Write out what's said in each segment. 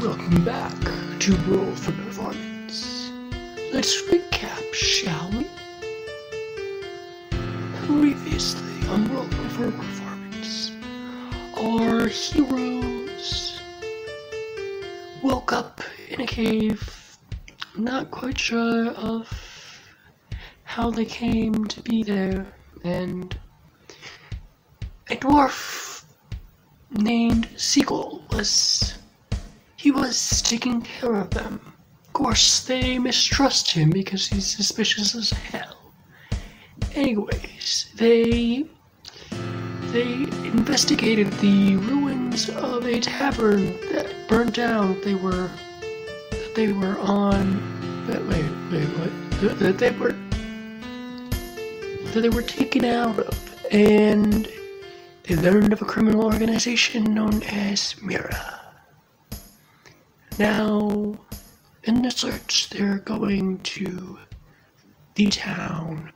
welcome back to Roll for Performance. Let's recap, shall we? Previously on Roll for Performance, our heroes woke up in a cave. I'm not quite sure of how they came to be there, and a dwarf named Seagull was he was taking care of them. Of course, they mistrust him because he's suspicious as hell. Anyways, they they investigated the ruins of a tavern that burned down. They were that they were on. That, wait, wait, what? That- That they were that they were taken out of, and they learned of a criminal organization known as Mira. Now, in the search, they're going to the town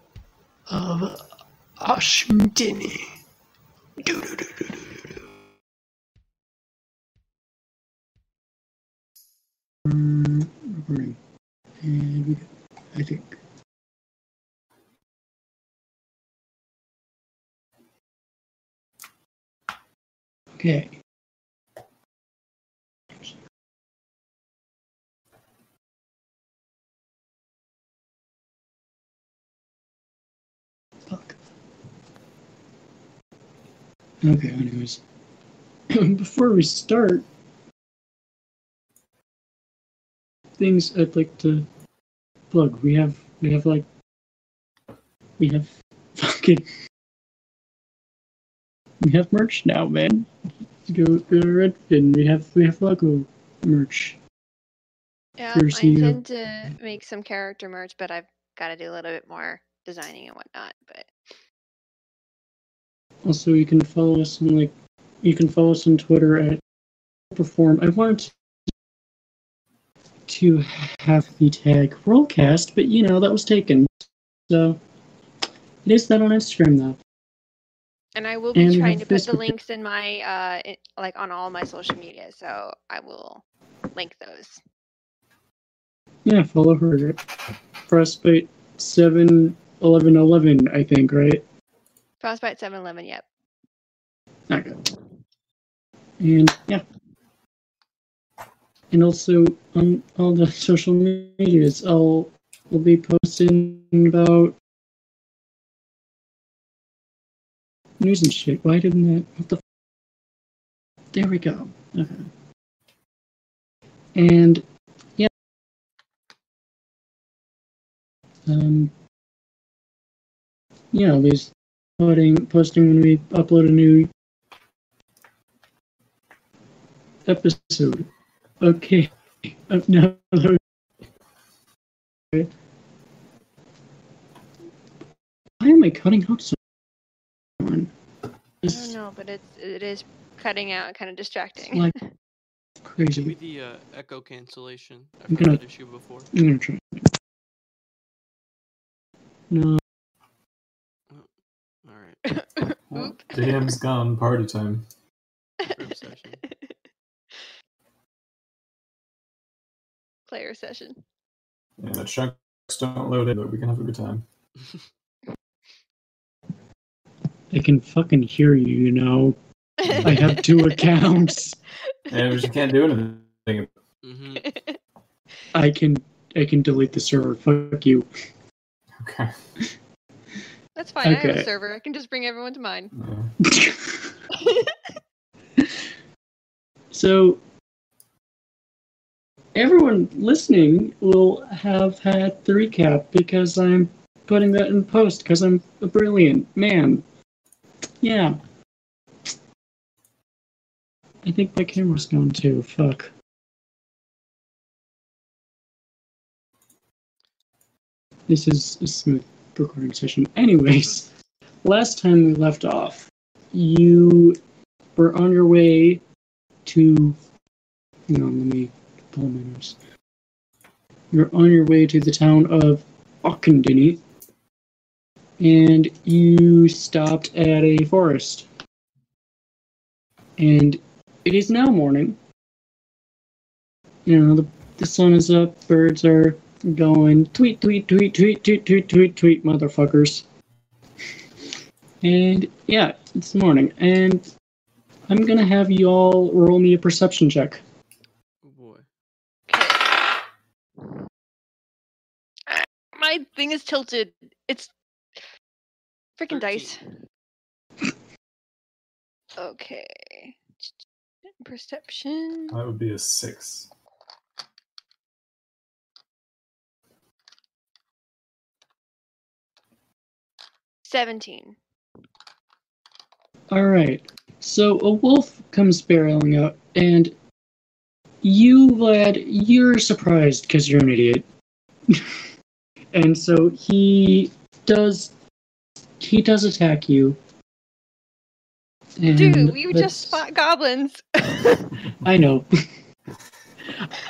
of Ashmdini. Doo-doo-doo-doo-doo-doo-doo. Mm, right. And we do, I think. Okay. Fuck. Okay, anyways. Before we start, things I'd like to plug. We have, we have like, we have fucking, we have merch now, man. Go, go to Redfin. We have, we have logo merch. Yeah, Here's I the, uh, intend to make some character merch, but I've got to do a little bit more designing and whatnot. But Also, you can follow us on like, you can follow us on Twitter at perform. I wanted to have the tag Rollcast, but you know that was taken. So it is that on Instagram though. and I will And be we trying to have put the Facebook. links in my uh in, like on all my social media, so I will link those. Yeah, follow her. Frostbite seven eleven eleven, I think, right? Frostbite Seven Eleven. Yep. Okay. And yeah. And also on all the social medias, I'll will be posting about news and shit. Why didn't that? What the? There we go. Okay. And yeah. Um. Yeah, I'll be posting posting when we upload a new episode. Okay. Uh, no. no. Okay. Why am I cutting out someone? I This don't is know, but it's it is cutting out, and kind of distracting. like Give me crazy. the uh, echo cancellation. I've I'm had gonna- that issue before. I'm gonna try. No. All right, Well, Oop. DM's gone. Party time. group session. Player session. Yeah, chunks don't load it, but we can have a good time. I can fucking hear you, you know. I have two accounts. Yeah, but you can't do anything. hmm I can I can delete the server. Fuck you. Okay. That's fine. I have Okay. a server. I can just bring everyone to mine. Yeah. so everyone listening will have had the recap because I'm putting that in post because I'm a brilliant man. Yeah. I think my camera's gone too. Fuck. This is a smooth recording session. Anyways, last time we left off, you were on your way to. Hang on, let me pull my notes. You're on your way to the town of Ockendinny, and you stopped at a forest. And it is now morning, you know, the, the sun is up, birds are going tweet, tweet, tweet, tweet, tweet, tweet, tweet, tweet, motherfuckers. And yeah, it's morning, and I'm gonna have you all roll me a perception check. Oh boy. My thing is tilted. It's freaking dice. Okay. Perception. That would be a six. Seventeen. All right. So a wolf comes barreling up, and you, Vlad, you're surprised because you're an idiot. and so he does. He does attack you. And Dude, we let's- just fought goblins. I know.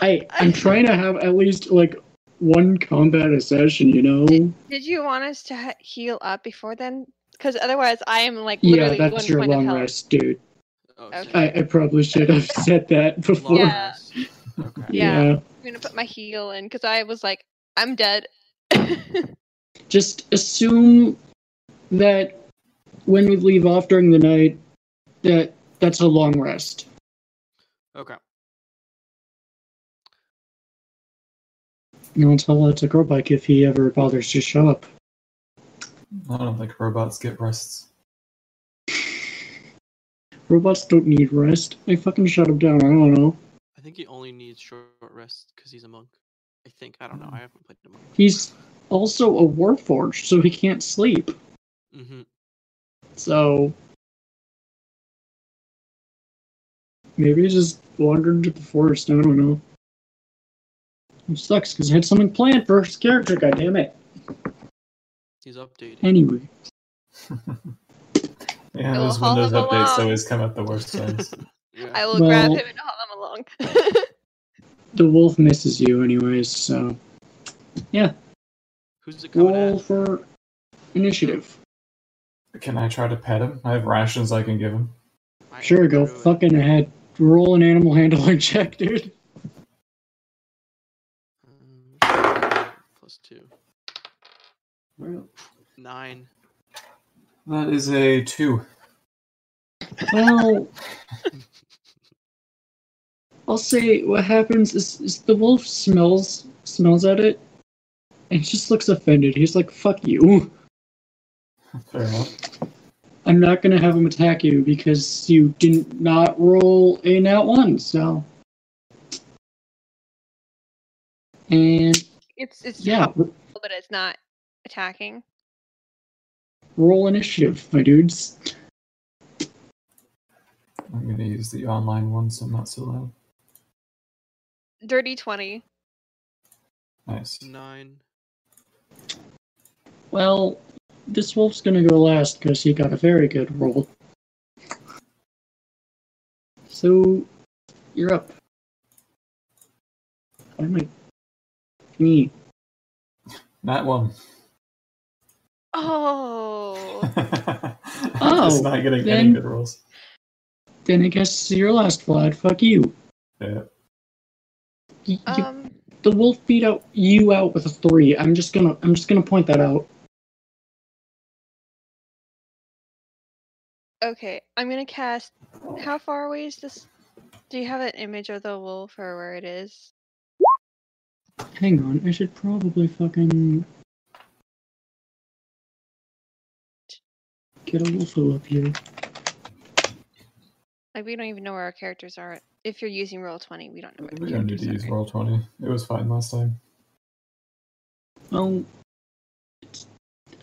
I I'm trying to have at least like one combat a session, you know. Did you want us to ha- heal up before then? Because otherwise, I am like Yeah, literally that's one your point of long health. rest, dude. Oh, Okay. I, I probably should have said that before. Long Yeah. rest. Okay. Yeah. yeah. I'm gonna put my heal in because I was like, I'm dead. just assume that when we leave off during the night that that's a long rest Okay. and i'll tell that to Gorbike if he ever bothers to show up I don't think robots get rests. robots don't need rest i fucking shut him down i don't know I think he only needs short rest because he's a monk. I think. I don't Mm. know. I haven't played a monk. he's also a warforged so he can't sleep Mm-hmm. so maybe he just wandered into the forest i don't know it sucks because i had something planned for his character god damn it He's updating. anyway Yeah, Go those haul Windows them updates along. always come at the worst times. yeah. I will grab Well- him and haul him along. the wolf misses you anyways so Who's it coming roll at? for initiative Can I try to pet him? I have rations I can give him. I sure am go druid. fucking ahead roll an animal handling check dude Um, Plus two. Well, Nine. that is a two. well i'll say what happens is, is the wolf smells smells at it and just looks offended he's like fuck you Fair enough. i'm not gonna have him attack you because you did not roll a nat one so and it's it's yeah helpful, but it's not attacking. roll initiative my dudes I'm gonna use the online one, so I'm not so loud. Dirty twenty. Nice. Nine. Well, this wolf's gonna go last because he got a very good roll. So, you're up. I might. Me. That one. Oh, it's not getting any then- good rolls. Then I guess it's your last Vlad. Fuck you. Yeah. Y- you- um, the wolf beat out you out with a three. I'm just gonna. I'm just gonna point that out. okay. I'm gonna cast. How far away is this? Do you have an image of the wolf or where it is? Hang on. I should probably fucking get a wolfo up here. Like we don't even know where our characters are. If you're using roll twenty, we don't know where We the don't need characters to use are. roll twenty. It was fine last time. Well, it's,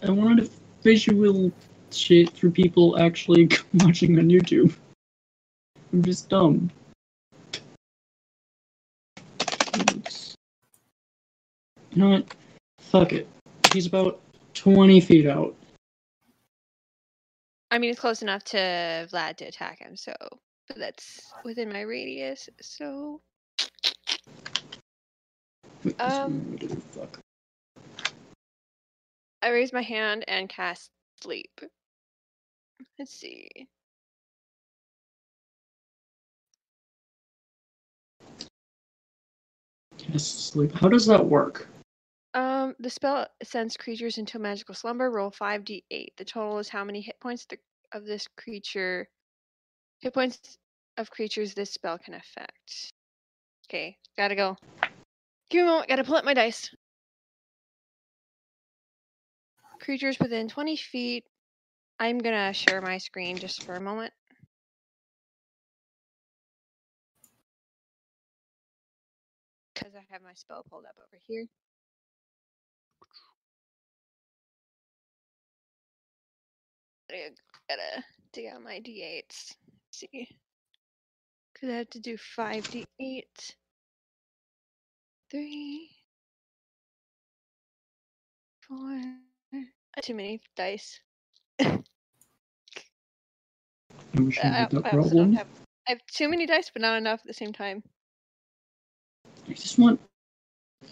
I wanted a visual shit for people actually watching on YouTube. I'm just dumb. It's- you know what? Fuck it. He's about 20 feet out. I mean, it's close enough to Vlad to attack him, so but that's within my radius. So Wait, this Um. motherfucker. I raise my hand and cast sleep. Let's see. Yes, sleep. How does that work? Um, the spell sends creatures into a magical slumber. Roll five d eight. The total is how many hit points the, of this creature, hit points of creatures this spell can affect. Okay, gotta go. Give me a moment. Gotta pull up my dice. Creatures within twenty feet. I'm gonna share my screen just for a moment. Because I have my spell pulled up over here. I gotta dig out my d8s. See. Because I have to do 5d8. 3. 4. Uh, Too many dice. I wish I Uh, had that I also don't problem. have, I have too many dice, but not enough at the same time. I just want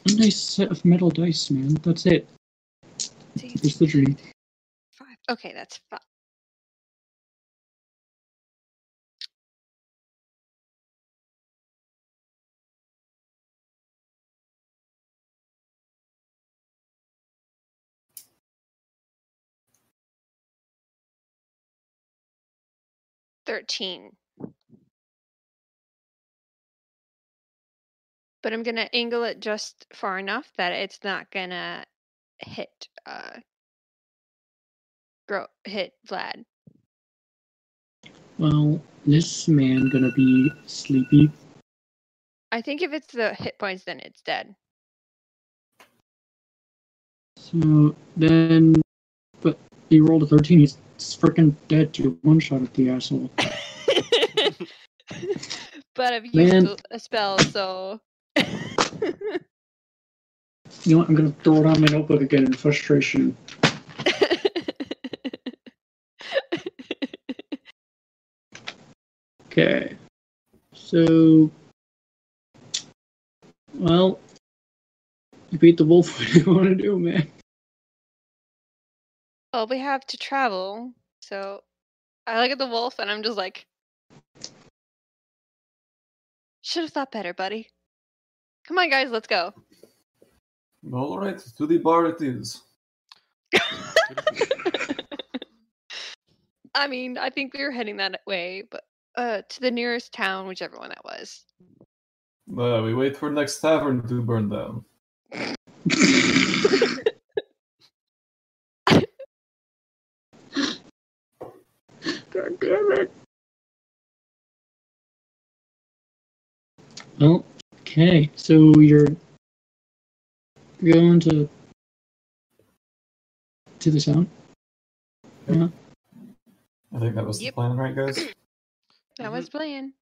a nice set of metal dice, man. That's it. See, That's the dream. five. Okay, that's five. Thirteen. But I'm gonna angle it just far enough that it's not gonna hit uh Gro- hit Vlad. Well, this man gonna be sleepy. I think if it's the hit points, then it's dead. So then, but he rolled a thirteen. He's freaking dead to one shot at the asshole. but I've used Man. a- a spell, so. You know what? I'm gonna throw it on my notebook again in frustration. Okay. So, well, you beat the wolf. What do you want to do, man? well, we have to travel, so I look at the wolf and I'm just like, should have thought better, buddy. Come on, guys, let's go. All right, to the bar it is. I mean, I think we were heading that way, but uh, to the nearest town, whichever one that was. Uh, we wait for next tavern to burn down. God damn it. Well, okay, so you're going to to the sound. I think that was the Yep. plan, right, guys? That Mhm. was Blaine.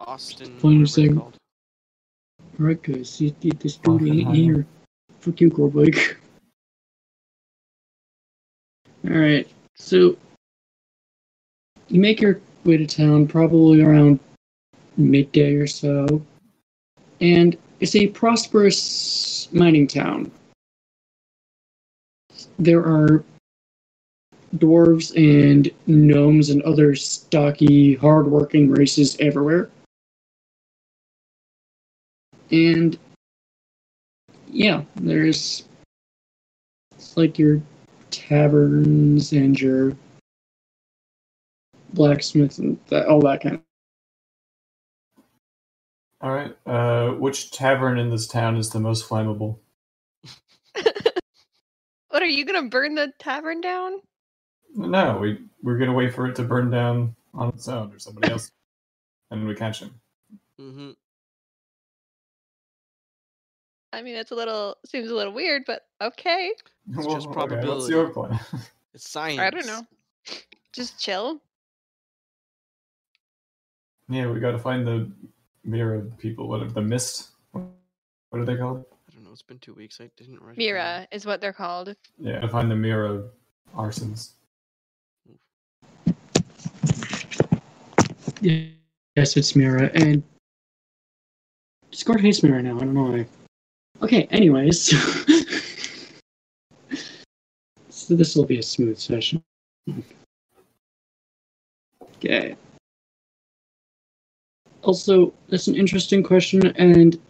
Austin. Point of whatever it's saying- called. Alright, guys, you did this dude ain't Oppenheimer. here. Fuck you, girl, Blake. Alright, so you make your way to town probably around midday or so, and it's a prosperous mining town. There are dwarves and gnomes and other stocky, hardworking races everywhere. And yeah, there's it's like your taverns and your blacksmiths and that, all that kind of. All right. Uh, which tavern in this town is the most flammable? What are you gonna burn the tavern down? No, we we're gonna wait for it to burn down on its own or somebody else, and we catch him. Mhm. I mean, it's a little seems a little weird, but okay. It's Well, just Okay, what's probability. your plan? It's science. I don't know. Just chill. yeah, we gotta find the mirror people. What the mist? What are they called? I don't know. It's been two weeks. I didn't write. it down. Mira uh, is what they're called. Yeah, to find the mirror arsons. Yes, it's Mira, and Discord hates me right now. I don't know why. Okay, anyways, so this will be a smooth session. Okay. Also, that's an interesting question, and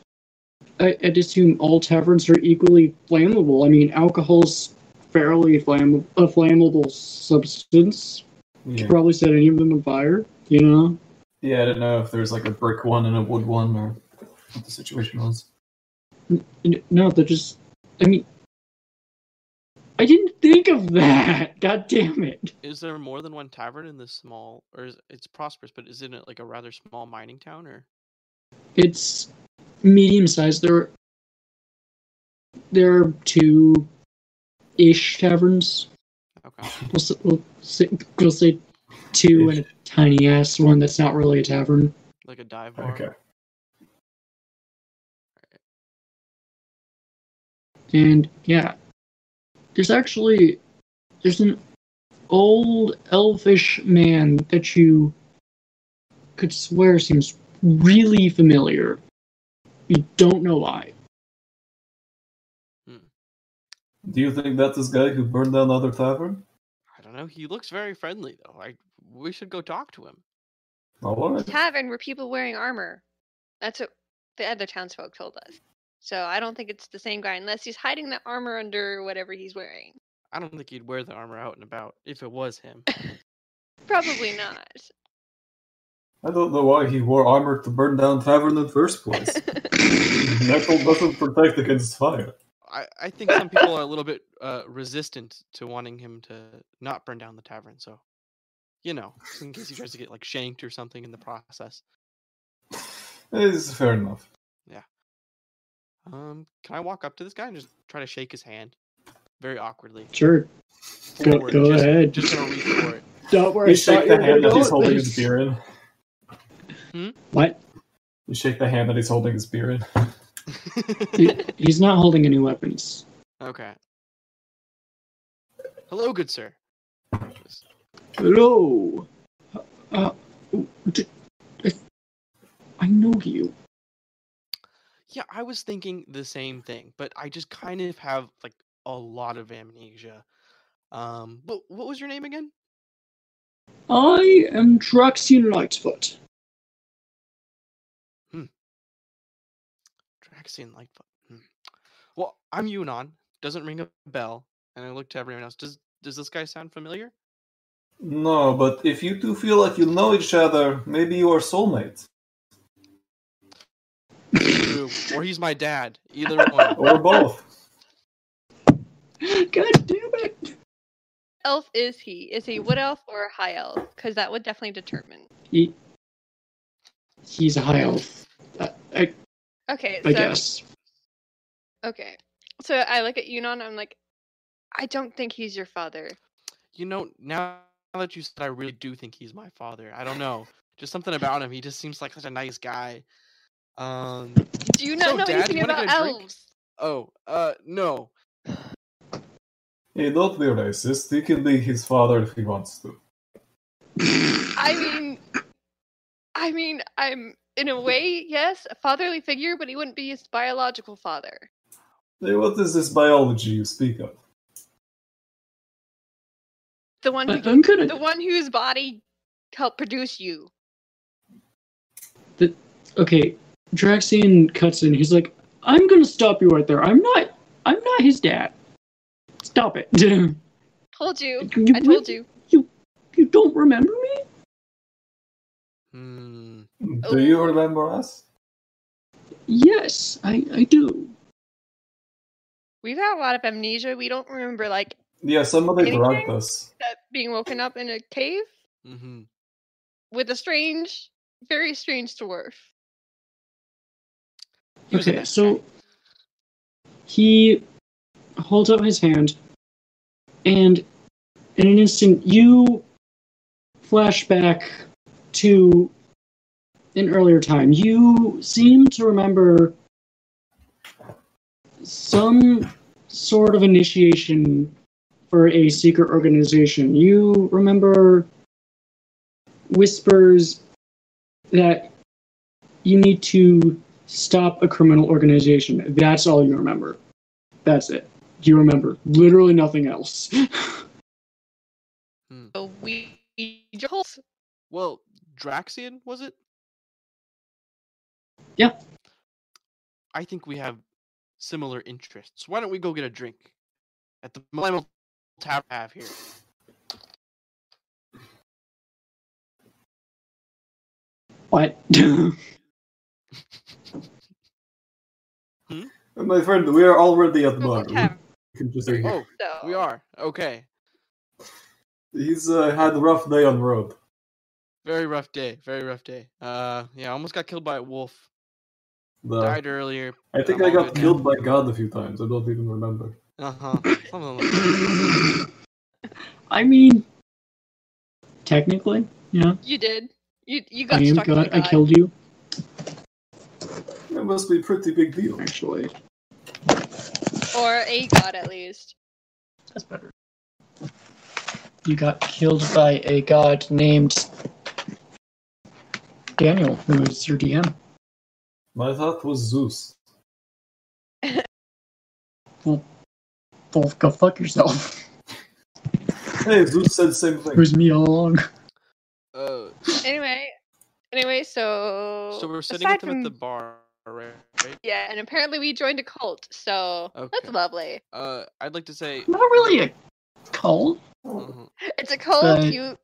I, I'd assume all taverns are equally flammable. I mean, alcohol's fairly flammable, a flammable substance. You Yeah. could probably set any of them on fire. You know, yeah, I don't know if there's like a brick one and a wood one or what the situation was. N- no, they're just. I mean, I didn't think of that. God damn it! Is there more than one tavern in this small, or is it's prosperous? But isn't it like a rather small mining town? Or It's medium sized. There, there are two ish taverns. okay, We'll, s- we'll, say, we'll say two and a tiny ass one that's not really a tavern. like a dive bar. Okay. And yeah, there's actually there's an old elfish man that you could swear seems really familiar. You don't know why. Do you think that's this guy who burned down the other tavern? I don't know. He looks very friendly though. I we should go talk to him. All right. Tavern were people wearing armor. That's what the other townsfolk told us. So I don't think it's the same guy unless he's hiding the armor under whatever he's wearing. I don't think he'd wear the armor out and about if it was him. Probably not. I don't know why he wore armor to burn down tavern in the first place. Metal doesn't protect against fire. I, I think some people are a little bit uh, resistant to wanting him to not burn down the tavern. So, you know, just in case he tries to get like shanked or something in the process. It's fair enough. Um, can I walk up to this guy and just try to shake his hand, very awkwardly? Sure, go, Forward, go just, ahead. Just gonna reach for it. Don't worry. You shake the hand that he's holding his beer. beer in. What? You shake the hand that he's holding his beer in. He- he's not holding any weapons. okay. Hello, good sir. Just- Hello. Uh, d- I- I know you. Yeah, I was thinking the same thing, but I just kind of have like a lot of amnesia. Um, but what was your name again? I am Draxian Lightfoot. Draxian Lightfoot. Hmm. Well, I'm Yunan. Doesn't ring a bell. And I look to everyone else. Does does this guy sound familiar? No, but if you two feel like you know each other, maybe you are soulmates. True. or he's my dad. Either one. Or both. God damn it! Elf is he? Is he wood elf or a high elf? Because that would definitely determine. He, he's a high elf, I, I, Okay, so I guess. okay, so I look at Yunan. and I'm like, I don't think he's your father. You know, now that you said I really do think he's my father. I don't know. Just something about him. He just seems like such a nice guy. Um Do you not So, know Dad, anything you wanna about get a drink? elves? oh, uh no. Hey, don't be racist. He can be his father if he wants to. I mean, I mean, I'm in a way, yes, a fatherly figure, but he wouldn't be his biological father. Hey, what is this biology you speak of? The one, But who, I'm gonna. the one whose body helped produce you. Okay, Draxian cuts in. He's like, "I'm gonna stop you right there. I'm not. I'm not his dad. Stop it. you, Told you. I you, told you. you don't remember me? Hmm. Do you remember us? Yes, I, I do. We've had a lot of amnesia. We don't remember like Yeah, somebody Anything? drugged us. that being woken up in a cave Mm-hmm. with a strange, very strange dwarf. He was a okay, nice so guy. he holds up his hand, and in an instant, you flash back to an earlier time. You seem to remember some sort of initiation for a secret organization. You remember whispers that you need to stop a criminal organization. That's all you remember. That's it. You remember literally nothing else. A we holes. Well, Draxian was it? Yeah. I think we have similar interests. Why don't we go get a drink at the Malamo Tavern we have here? What? And my friend, we are already at the Purple bar. Tavern, You can just say Oh, so. we are. Okay. he's uh, had a rough day on road. Very rough day. Very rough day. Uh, yeah, almost got killed by a wolf. The- Died earlier. I think I'm I all got good now. killed by God a few times. I don't even remember. Uh huh. Something like that. I mean, technically, yeah. You did. You you I got am stuck in God. the I god. killed you, It must be a pretty big deal. actually. Or a god at least. That's better. You got killed by a god named Daniel, who is your DM. My thought was Zeus. Well, go fuck yourself. Hey, Zeus said same thing. Who's me all along? Uh, Anyway, anyway, so so we're sitting aside with them at the from- bar, right? right? yeah, and apparently we joined a cult, so Okay. that's lovely. Uh, I'd like to say. Not really a cult. uh-huh. It's a cult. But- You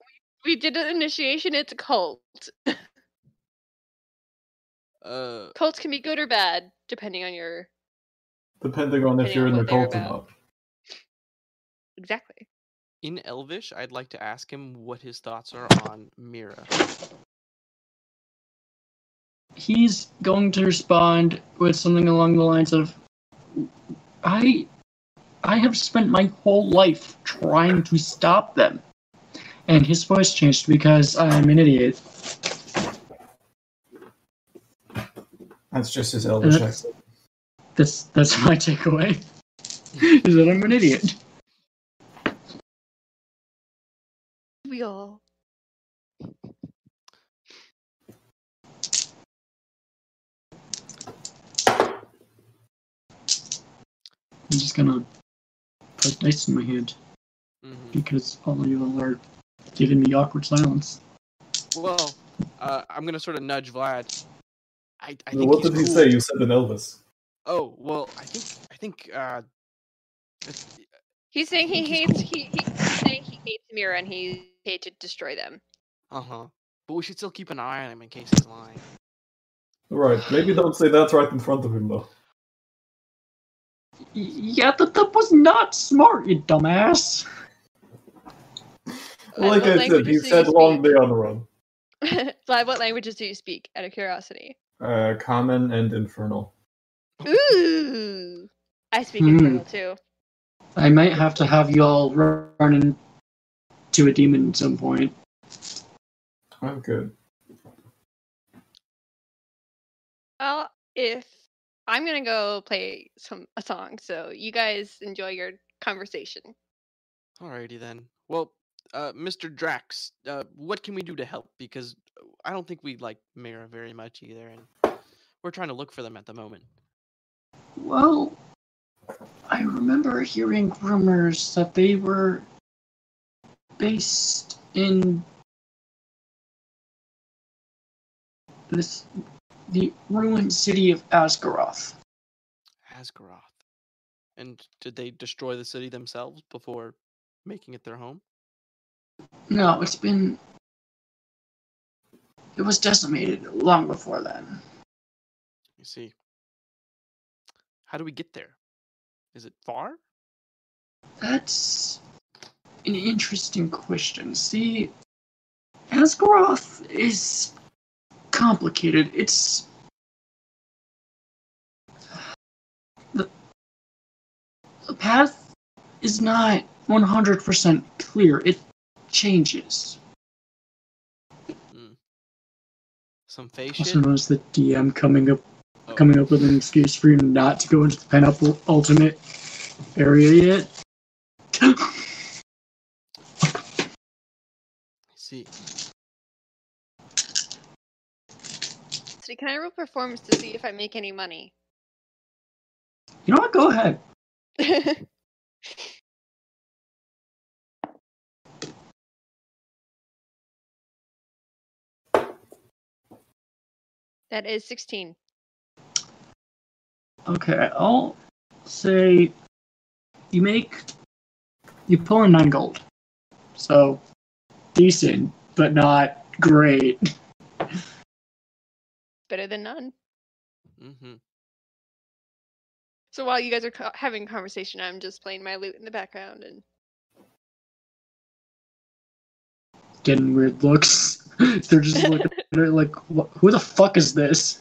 we did an initiation. It's a cult. Uh, Cults can be good or bad depending on your Depending on if Depending you're on in the what they're cult or about. not. exactly. in Elvish, I'd like to ask him what his thoughts are on Mira. he's going to respond with something along the lines of i i have spent my whole life trying to stop them and his voice changed because i'm an idiot That's just his elvish Uh, accent. that's that's my takeaway is that i'm an idiot We all. i'm just gonna put dice in my hand hmm because all of y'all are giving me awkward silence Well, uh, I'm gonna sort of nudge Vlad. I, I think What he's did he cool. say? You said an Elvis. Oh well, I think I think uh, it's- He's saying he hates. He, he's saying he hates Mira and he hate to destroy them. uh-huh. But we should still keep an eye on him in case he's lying. Right, maybe don't say that right in front of him though. Y- yeah that, that was not smart you dumbass I Like will I said, language he is said used long to- day on the run. Vlad, what languages do you speak? Out of curiosity. Uh, common and infernal. Ooh, I speak Hmm. infernal too. i might have to have y'all run into a demon at some point Oh, good. Well, if I'm gonna go play some a song, so you guys enjoy your conversation. Alrighty then. Well, uh, Mr. Drax, uh, what can we do to help? Because I don't think we like Mira very much either, and we're trying to look for them at the moment. Well, I remember hearing rumors that they were based in this the ruined city of Asgaroth. Asgaroth. And did they destroy the city themselves before making it their home? No, it's been it was decimated long before then. You see. How do we get there? Is it far? That's an interesting question. See, Asgaroth is complicated. It's the, the path is not 100% clear. It changes. Hmm. Some face Also shit? known as the DM coming up Oh, coming up with an excuse for you not to go into the pineapple ultimate area yet. I see. So can I roll performance to see if I make any money? you know what? Go ahead. that is sixteen. Okay, I'll say you make you pull in nine gold, so decent but not great. Better than none. Mm-hmm. So while you guys are co- having a conversation, I'm just playing my lute in the background and Getting weird looks. They're just looking at her like, "Wh- who the fuck is this?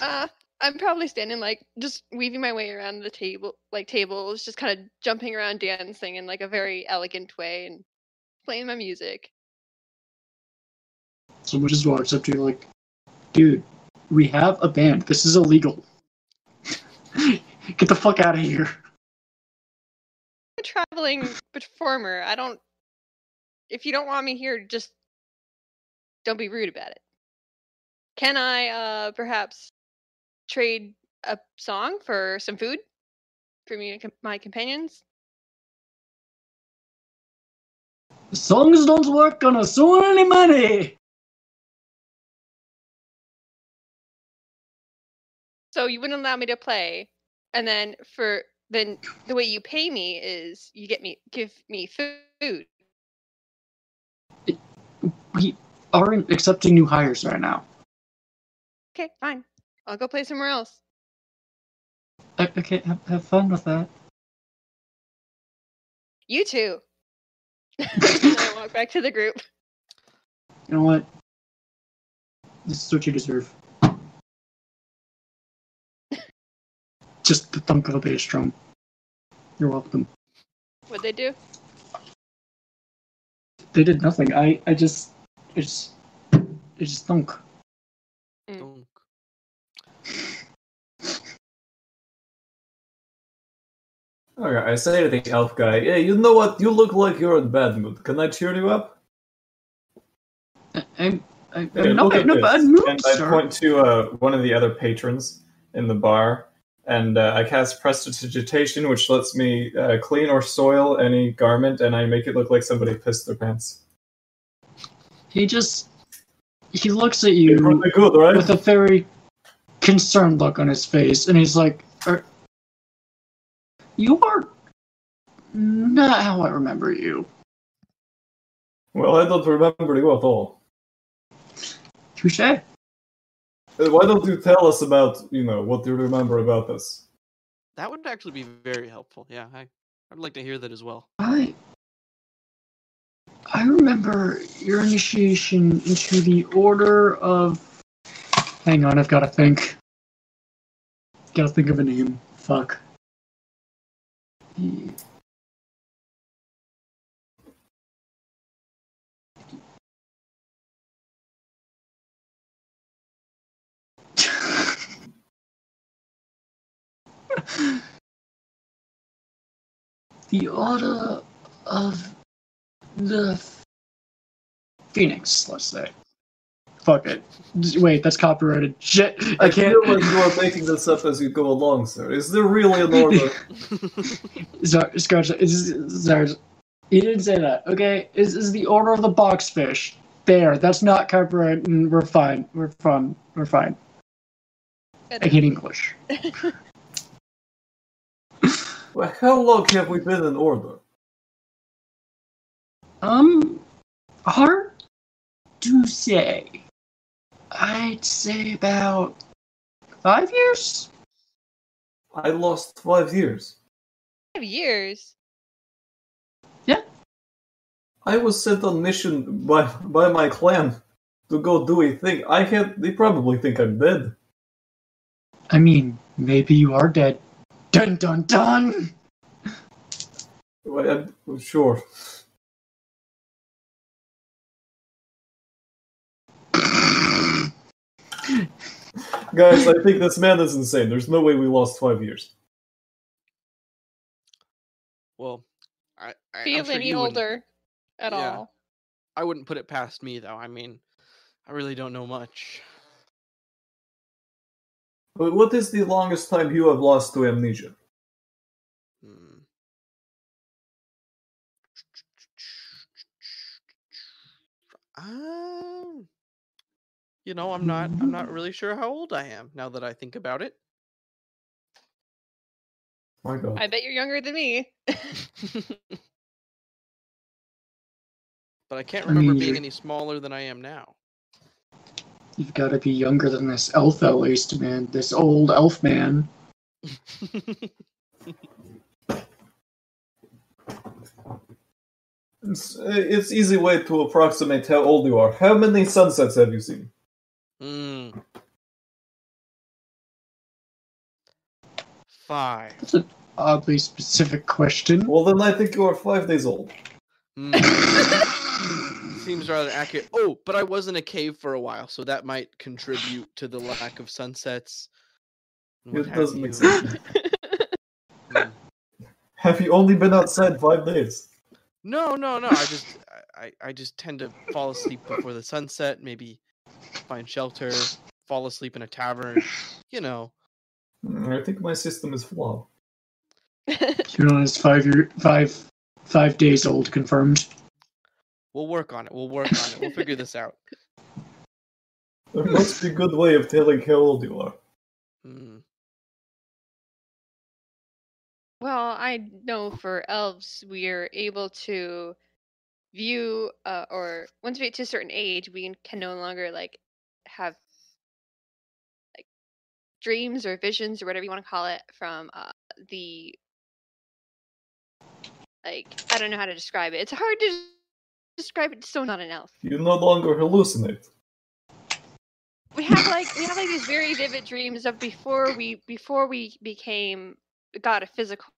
Uh, I'm probably standing like just weaving my way around the table, like tables, just kind of jumping around, dancing in like a very elegant way, and playing my music. Someone just walks up to you like, dude, we have a band. This is illegal. Get the fuck out of here. I'm a traveling performer. I don't. If you don't want me here, just don't be rude about it. Can I, uh, perhaps trade a song for some food for me and com- my companions? Songs don't work on us so any money. So you wouldn't allow me to play, and then for then the way you pay me is you get me give me food. We aren't accepting new hires right now. Okay, fine. I'll go play somewhere else. O- Okay, have, have fun with that. You too. and I walk back to the group. You know what? This is what you deserve. Just the thump of a bass drum. You're welcome. What'd they do? They did nothing. I, I just, I just, I just thunk. Mm. Dunk. Okay, I say to the elf guy, "Hey, you know what? You look like you're in bad mood. Can I cheer you up?" I, I'm, I'm, Okay, I'm not look at in a this. bad mood, And I sir. point to uh, one of the other patrons in the bar, and uh, I cast Prestidigitation, which lets me uh, clean or soil any garment, and I make it look like somebody pissed their pants. He just, he looks at It's you really good, right? with a very concerned look on his face, and he's like, are, "You are not how I remember you. Well, I don't remember you at all. Touche." Uh, Why don't you tell us about, you know, what you remember about this? That would actually be very helpful. Yeah, I, I'd like to hear that as well. I I remember your initiation into the order of Hang on, I've gotta think. Gotta think of a name. Fuck. The- the order of the Phoenix, let's say. Fuck it. Just- Wait, that's copyrighted. Shit, I I can't. feel like you are making this up as you go along, sir. Is there really an order? Zar- Scourge, it's- it's- Zar- you didn't say that, okay? Is is the order of the box fish? There, that's not copyright, and we're fine. We're fine. We're fine. I hate English. well, how long have we been in order? Um, hard to say. I'd say about five years. I lost five years. Five years. I was sent on mission by by my clan to go do a thing. I had they probably think I'm dead. I mean, maybe you are dead. Dun dun dun. Well, I'm- well, sure. Guys, I think this man is insane. There's no way we lost five years. well, I, I Feel I'm sure any you wouldn't- older at Yeah. all? I wouldn't put it past me though. I mean, I really don't know much. But what is the longest time you have lost to amnesia? Hmm. Uh, you know, I'm not. I'm not really sure how old I am now that I think about it. My God. I bet you're younger than me. but I can't I remember mean, being you're- any smaller than I am now. You've got to be younger than this elf, at least, man. This old elf man. It's, it's easy way to approximate how old you are. How many sunsets have you seen? mm. Five. That's an oddly specific question. Well, then I think you are five days old. Mm, Seems rather accurate. Oh, but I was in a cave for a while, so that might contribute to the lack of sunsets. and what It have doesn't make you. sense. Have you only been outside five days? No, no, no. I just, I, I- I just tend to fall asleep before the sunset. Maybe find shelter, fall asleep in a tavern. You know, Hmm, I think my system is flawed. You're not as five year five five days old confirmed. we'll work on it. We'll work on it. We'll figure this out. There must be a good way of telling how old you are. Mm. well, I know for elves, we're able to view, uh, or once we get to a certain age, we can no longer like have like dreams or visions or whatever you want to call it from uh, the like I don't know how to describe it. It's hard to describe it to someone not an elf. You no longer hallucinate. we have like we have like these very vivid dreams of before we before we became got a physical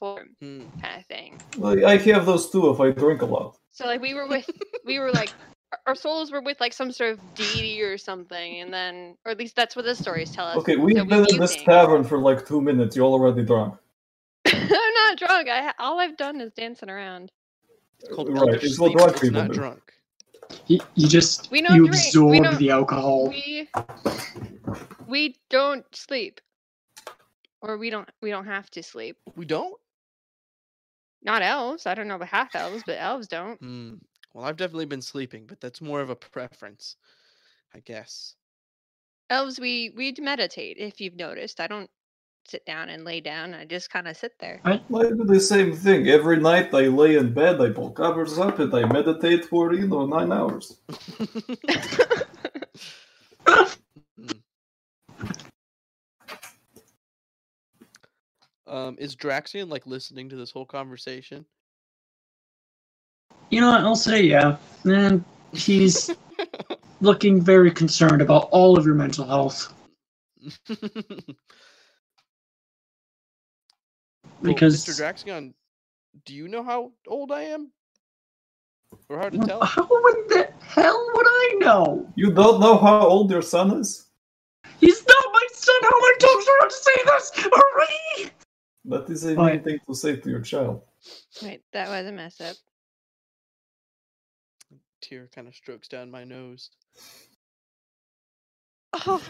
form Mm. kind of thing. Like, I have those too if I drink a lot. So like we were with we were like our- our souls were with like some sort of deity or something, and then or at least that's what the stories tell us. Okay, so we've we been in view this things. tavern for like two minutes. You're already drunk. I'm not drunk. I ha- all I've done is dancing around. It's called Right, elder it's what sleep. drunk it's people not do. drunk. You, you just We you don't drink- we absorb don't- the alcohol. We we don't sleep, or we don't we don't have to sleep. We don't. Not elves. I don't know about half elves, but elves don't. Hmm. Well, I've definitely been sleeping, but that's more of a preference, I guess. elves we we d- meditate if you've noticed i don't sit down and lay down i just kind of sit there I do the same thing. Every night I lay in bed, I pull covers up, and I meditate for, you know, nine hours. Mm. um, is Draxian like listening to this whole conversation? You know what? I'll say yeah. And he's looking very concerned about all of your mental health Well, because Mr. Draxion, do you know how old I am? Or how to Well, tell? how would the hell would I know? You don't know how old your son is? He's not my son. How am I told you how to say this? Hooray! That is a mean Right. thing to say to your child. wait that was a mess up Tear kind of strokes down my nose. oh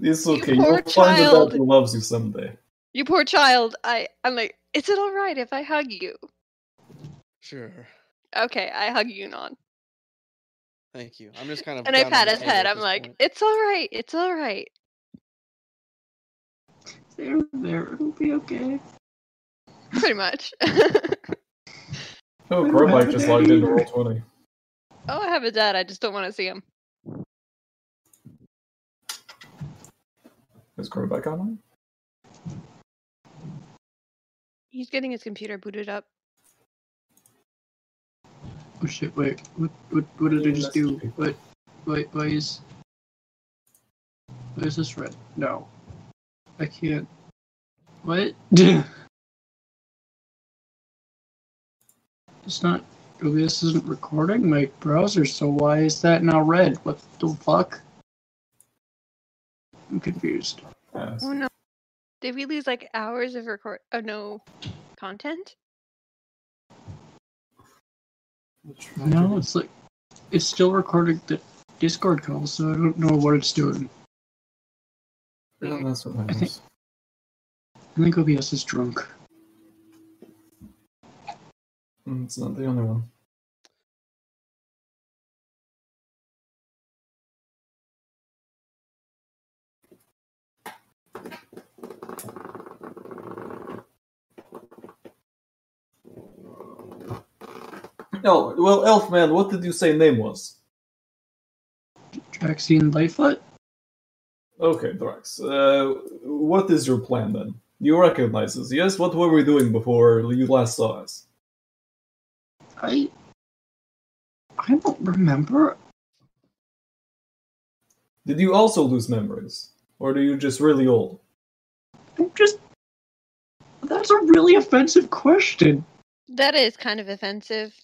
It's You okay. poor You'll find a dad child. who loves you someday. you poor child i i'm like is it all right if i hug you Sure. okay i hug Yunon. Thank you. I'm just kind of and i down on pat the his table head at i'm this like point. it's all right it's all right There, there, it'll be okay. pretty much Oh, Wait, Grobike what? Oh, just logged into roll 20. oh i have a dad i just don't want to see him Is Grobike online? he's getting his computer booted up Oh shit! Wait, what? What? What did I just do? What? Wait, why is? Why is this red? No, I can't. What? it's not. oh, This isn't recording my browser, so why is that now red? What the fuck? I'm confused. Yes. oh no did we lose like hours of record oh no content No, it's like it's still recording the Discord call, so I don't know what it's doing. Yeah, Oh, that's what I think- matters. I think OBS is drunk. Mm, It's not the only one. No, well, Elfman, what did you say name was? Traxian Lightfoot? Okay, Drax. Uh, what is your plan then? You recognize us, yes? What were we doing before you last saw us? I. I don't remember. Did you also lose memories? Or are you just really old? I'm just. That's a really offensive question. That is kind of offensive.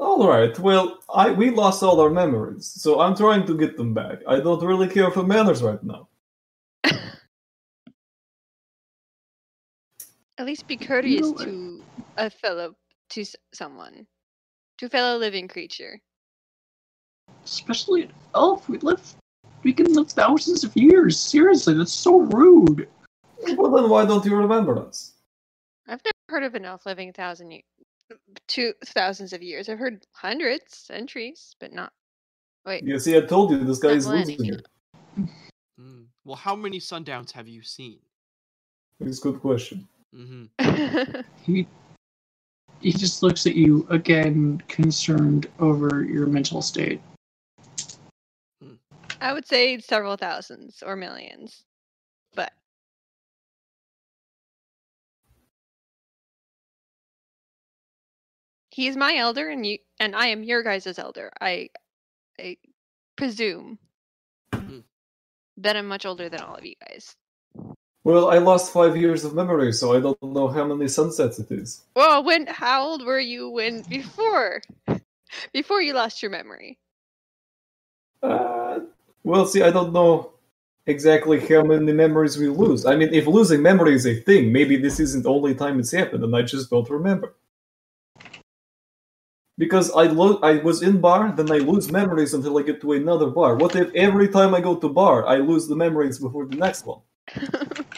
All right. Well, I we lost all our memories, so I'm trying to get them back. I don't really care for manners right now. At least be courteous what? to a fellow, to s- someone, to a fellow living creature. Especially an elf. We live. We can live thousands of years. Seriously, that's so rude. Well, then why don't you remember us? I've never heard of an elf living a thousand years, two thousands of years. I've heard hundreds, centuries, but not. Wait, You see, I told you this guy is Atlantic. losing it. Mm. Well, how many sundowns have you seen? It's a good question. Mm-hmm. He. He just looks at you again, concerned over your mental state. I would say several thousands or millions, but he is my elder, and you and I am your guys' elder. I, I presume Mhm. that I'm much older than all of you guys. Well, I lost five years of memory, so I don't know how many sunsets it is. Well, when how old were you when before before you lost your memory? Uh, well, see, I don't know exactly how many memories we lose. I mean, if losing memory is a thing, maybe this isn't the only time it's happened, and I just don't remember. Because I lo- I was in bar, then I lose memories until I get to another bar. What if every time I go to bar, I lose the memories before the next one?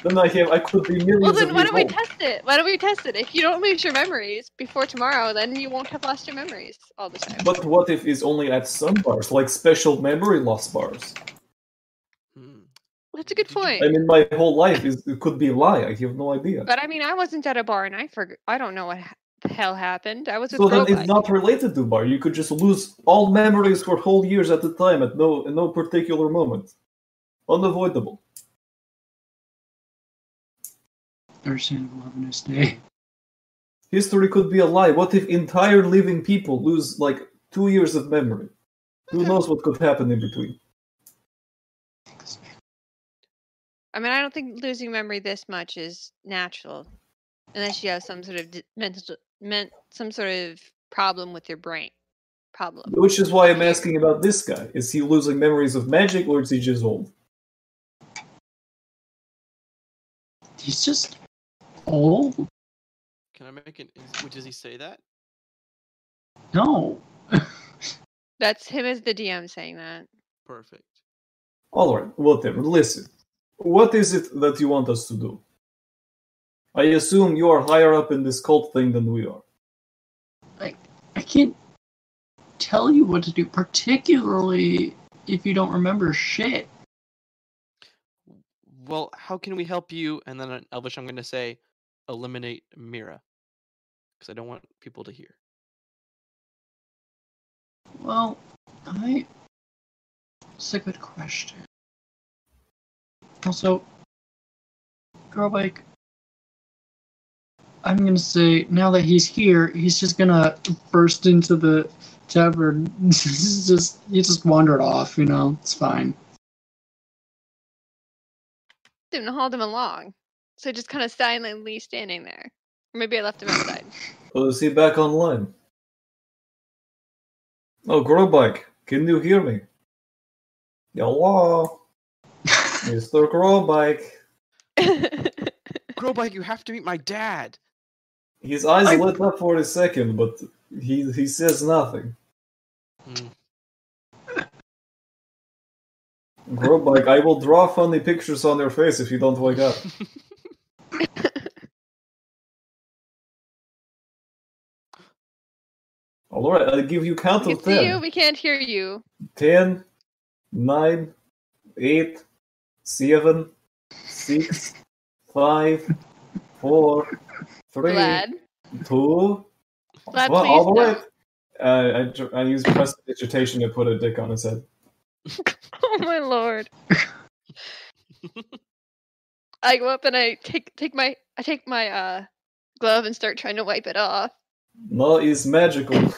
Then I have I could be millions Well, then of why years don't we old. test it? Why don't we test it? If you don't lose your memories before tomorrow, then you won't have lost your memories all the time. But what if it's only at some bars, like special memory loss bars? Mm. That's a good Did you- point. I mean, my whole life is it could be a lie. I have no idea. But I mean, I wasn't at a bar, and I forg I don't know what ha- the hell happened. I was with So then Robot. it's not related to bar. You could just lose all memories for whole years at a time at no at no particular moment. Unavoidable. Understandable having his day. History could be a lie. What if entire living people lose like two years of memory? Who knows what could happen in between? I mean, I don't think losing memory this much is natural, unless you have some sort of d- mental, men- some sort of problem with your brain. Problem. Which is why I'm asking about this guy. Is he losing memories of magic or is he just old? He's just old. Can I make an? is- Does he say that? No. That's him as the DM saying that. Perfect. Alright, whatever. Listen. What is it that you want us to do? I assume you are higher up in this cult thing than we are. I can't tell you what to do, particularly if you don't remember shit. Well, how can we help you? And then in Elvish, I'm going to say, eliminate Mira, because I don't want people to hear. Well, I. It's a good question. Also, Grobike, I'm gonna say now that he's here, he's just gonna burst into the tavern. He's just he just wandered off, you know. It's fine. Didn't hauled him along, so just kind of silently standing there. Or maybe I left him outside. Oh, is he back online? Oh, Grobike, can you hear me? Hello, Mr. Grobike. Grobike, you have to meet my dad. His eyes I- lit up for a second, but he he says nothing. Mm. Grobike, I will draw funny pictures on your face if you don't wake up. All right, I'll give you count we of can see you. ten. We can't hear you. Ten, nine, eight, seven, six, five, four, three, Vlad. two. Vlad, well, please all right. don't. Uh, I, dr- I use prestidigitation to put a dick on his head. Oh my lord. I go up and I take take my I take my uh glove and start trying to wipe it off. Law is magical.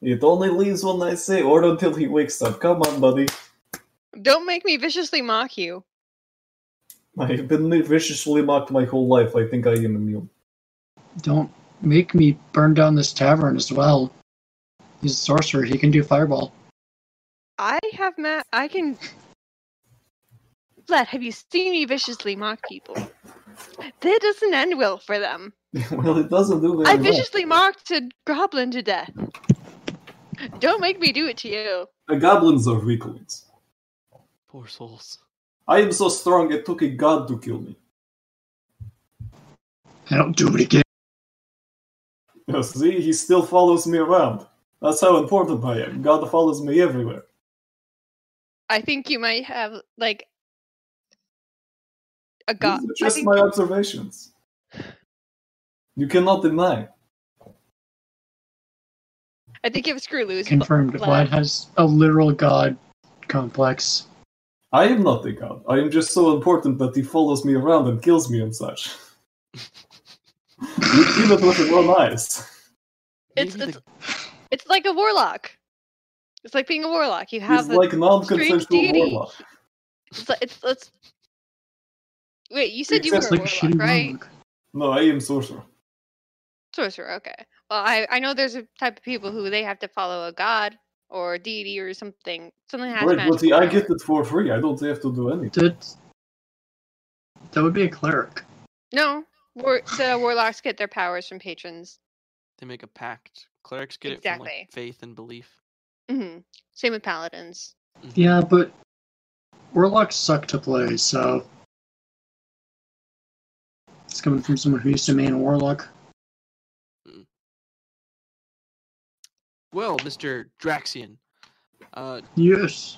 it only leaves when I say, or until he wakes up. Come on, buddy. Don't make me viciously mock you. I've been viciously mocked my whole life. I think I am immune. Don't make me burn down this tavern as well. He's a sorcerer. He can do fireball. I have ma I can Vlad, have you seen me viciously mock people? That doesn't end well for them. well, it doesn't do I very much. viciously mocked a goblin to death. Don't make me do it to you. The goblins are weaklings. Poor souls. I am so strong it took a god to kill me. I don't do it again. You see, he still follows me around. That's how important I am. God follows me everywhere. I think you might have like a god. These are I just think- my observations. You cannot deny. I think you have screw loose. Confirmed. Vlad has a literal god complex. I am not a god. I am just so important that he follows me around and kills me and such. you see that with your own eyes. It's Maybe it's, it's like a warlock. It's like being a warlock. You have He's the, like non-consensual deity. warlock. it's, like- it's it's. Wait, you said you were Except It's a like a warlock, shitty right? warlock. No, I am sorcerer. Sorcerer. Okay. Well, I I know there's a type of people who they have to follow a god or a deity or something. Something that has Right, but magical he, I power. get it for free. I don't have to do anything. That's, that would be a cleric. No, war, the warlocks get their powers from patrons. They make a pact. Clerics get it from Exactly. like, faith and belief. hmm Same with paladins. Yeah, but warlocks suck to play, so it's coming from someone who used to main a warlock. Well, Mr. Draxian, uh, Yes.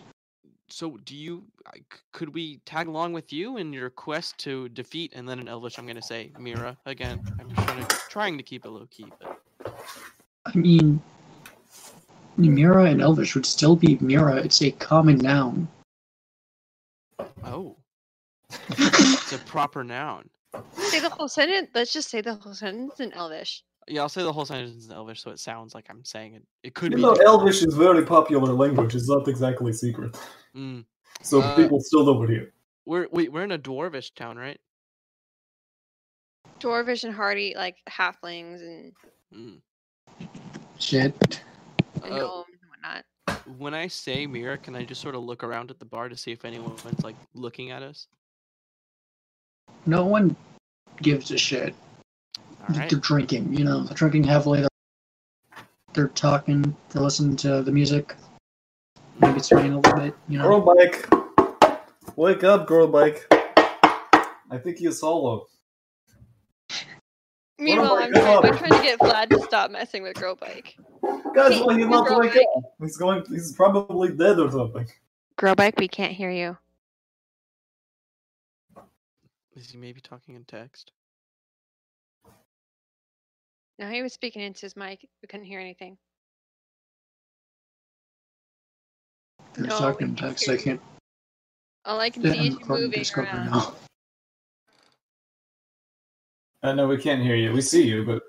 so do you I- c- could we tag along with you in your quest to defeat and then in Elvish I'm gonna say Mira again. I'm just trying to, trying to keep it low key, but I mean, Mira and Elvish would still be Mira. It's a common noun. oh, it's a proper noun. Say the whole sentence. Let's just say the whole sentence in Elvish. Yeah, I'll say the whole sentence in Elvish so it sounds like I'm saying it. It could You be. know, different. Elvish is very popular language. It's not exactly secret, Mm. so Uh, people still know it here. We're wait, we're in a dwarvish town, right? Dwarvish and hardy, like halflings and, Mm. Shit. and Uh, gnomes and whatnot. when I say Mira, can I just sort of look around at the bar to see if anyone's like looking at us? No one gives a shit. All right. They're drinking, you know, they're drinking heavily. They're, they're talking, they're listening to the music. Maybe it's raining a little bit, you know. Girl bike, wake up, girl bike. I think he is hollow. Meanwhile, my I'm trying, I'm God. trying to get Vlad to stop messing with Girl Bike. Guys, Hey, why you hey, not girl wake bike. up? He's going. He's probably dead or something. Girl Bike, we can't hear you. Is he maybe talking in text? No, he was speaking into his mic. We couldn't hear anything. They're No, talking we in can text. hear I you. can't. All I can see I'm is you recording moving Discord right around. now. I know Uh, we can't hear you. We see you, but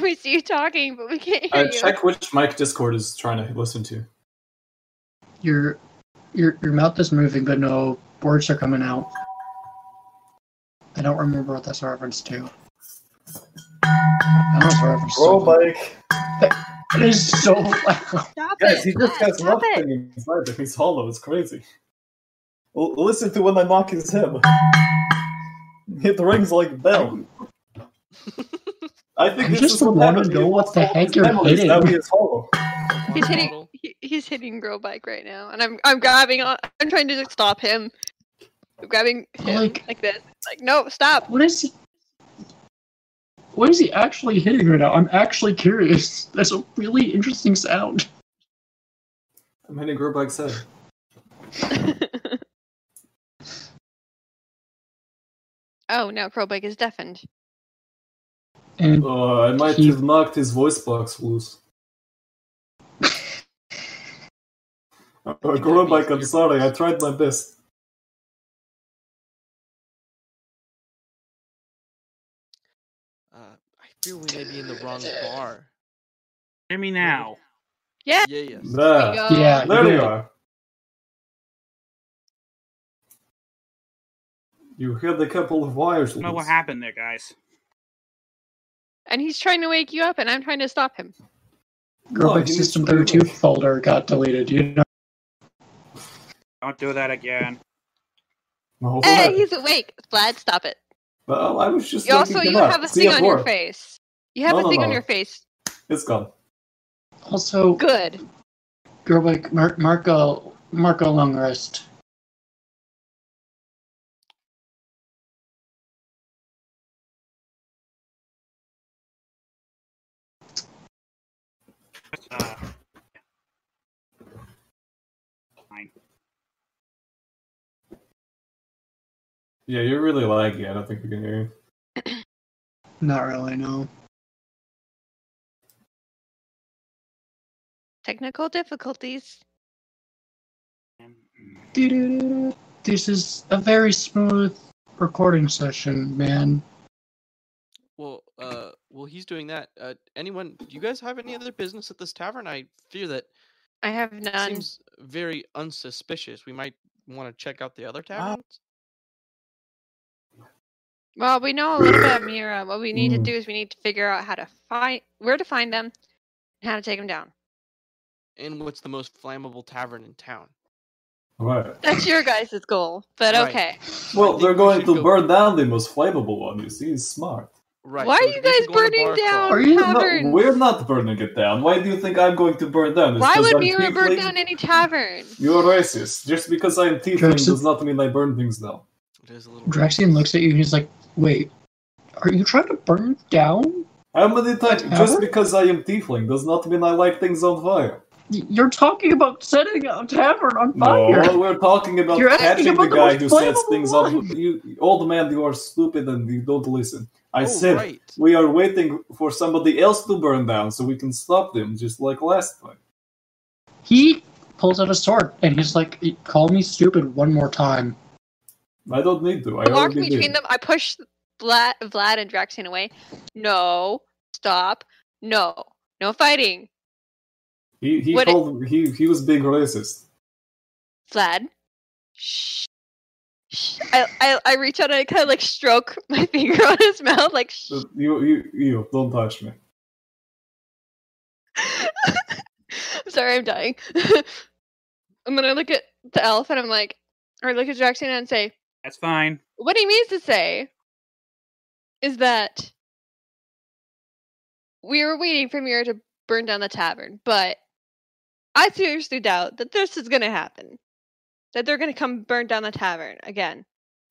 we see you talking, but we can't hear uh, you. check which mic Discord is trying to listen to. Your, your, your mouth is moving, but no words are coming out. I don't remember what that's a reference to. I know it's a reference to Girl something. bike, It is so loud. Stop guys, it! he just Vlad, has stop it! nothing inside him. He's hollow. It's crazy. L- listen to when I knock his head. It rings like bell. I think I this just is what wanna happened. He know what lost the all of heck his you're memories. hitting. Now he is hollow. He's Water hitting. bottle? He, he's hitting girl bike right now, and I'm I'm grabbing on. I'm trying to just stop him. I'm grabbing Oh him like, Like- this. Like no, stop. What is he? What is he actually hitting right now? I'm actually curious. That's a really interesting sound. I'm hitting girl bike's head. oh no, girl bike is deafened. and Uh, I might He- have knocked his voice box loose. Uh, Gorobike, I'm sorry. I tried my best. Uh, I feel we may be in the wrong bar. Hear me now. Yeah. Yeah, yes. There you There, go. Yeah. there you are. You hit a couple of wires I don't know what loose. happened there, guys. And he's trying to wake you up, and I'm trying to stop him. No, he Grubik needs System to do 32 that. folder got deleted. You know, Don't do that again. No, Hey, what? he's awake. Vlad, stop it. Well, I was just You also, looking it you up. have a See thing ya, on your four. face. You have No, a no, thing on no. your face. It's gone. also, Good. Grubik, mark, mark, a, mark a long rest. Uh, Yeah, you're really laggy. I don't think we can hear you. Not really, no. Technical difficulties. Do-do-do-do. This is a very smooth recording session, man. Well, uh, well, he's doing that. Uh, anyone? Do you guys have any other business at this tavern? I fear that I have none. seems very unsuspicious. We might want to check out the other taverns. Well, we know a little bit of Mira. What we need to Mm. do is we need to figure out how to find where to find them and how to take them down. And what's the most flammable tavern in town? All right. That's your guys' goal. But Right. okay. Well, think they're we going should to go- burn down the most flammable one. You see, he's smart. Right. Why so are we you should guys go on a burning bar down crawl. Are you- No, taverns? we're not burning it down. Why do you think I'm going to burn down? It's Why 'cause would I'm Mira burn tiefling? down any tavern? You're racist. Just because I'm tiefling Jackson- does not mean I burn things down. It is a little. Draxian racist. looks at you and he's like, wait, are you trying to burn it down? How many times? Just Ever? because I am tiefling does not mean I light things on fire. Y- You're talking about setting a tavern on No, fire. we're talking about You're asking catching about the the guy most who sets flammable things on. one. You, old man, you are stupid and you don't listen. I Oh, said right. we are waiting for somebody else to burn down so we can stop them, just like last time. He pulls out a sword and he's like, call me stupid one more time. I don't need to. I I walked already did. between them. I pushed Vlad, Vlad and Draxian away. No. Stop. No. No fighting. He he What it- called he he was being racist. Vlad. Shh. Shh. I, I, I reach out and I kind of like stroke my finger on his mouth, like, shh. But Uh, You you you don't touch me. I'm sorry, I'm dying. I'm gonna look at the elf and I'm like, or look at Jackson and say, that's fine. what he means to say is that we were waiting for Mira to burn down the tavern, but I seriously doubt that this is gonna happen. That they're gonna come burn down the tavern again.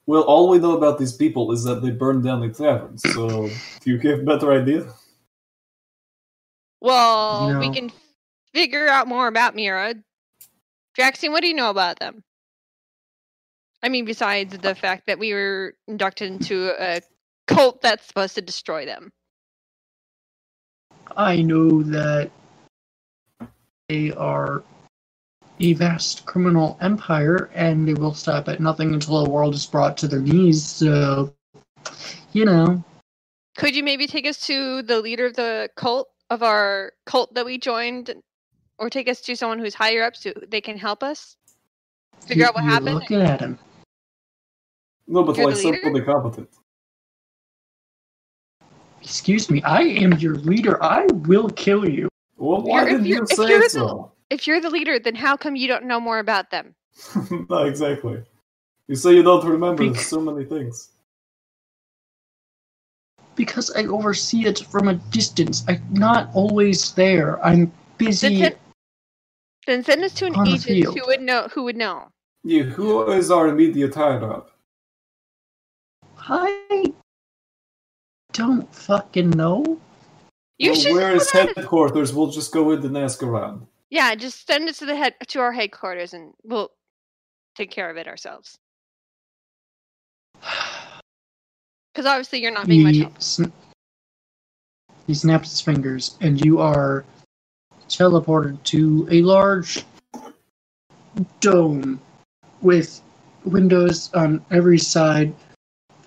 Well, all we know about these people is that they burn down the taverns. So, do you have a better idea? Well, we No. can figure out more about Mira. Jackson, what do you know about them? I mean, besides the fact that we were inducted into a cult that's supposed to destroy them. I know that they are a vast criminal empire and they will stop at nothing until the world is brought to their knees, so, you know. Could you maybe take us to the leader of the cult of our cult that we joined, or take us to someone who's higher up so they can help us figure out what you- you happened? Looking at him. No, but You're like the leader? somebody competent. Excuse me, I am your leader. I will kill you. Well, why You're- if did you're- you if say you're so? If you're the leader, then how come you don't know more about them? no, exactly. You say you don't remember Bec- so many things. Because I oversee it from a distance. I'm not always there. I'm Then busy. send, then send us to an on the agent who field. would know who would know. Yeah, who is our immediate higher up? I don't fucking know. You well, should where is send- headquarters? We'll just go in and ask around. Yeah, just send it to the head to our headquarters and we'll take care of it ourselves. Because obviously you're not being much He help. sn- He snaps his fingers, and you are teleported to a large dome with windows on every side.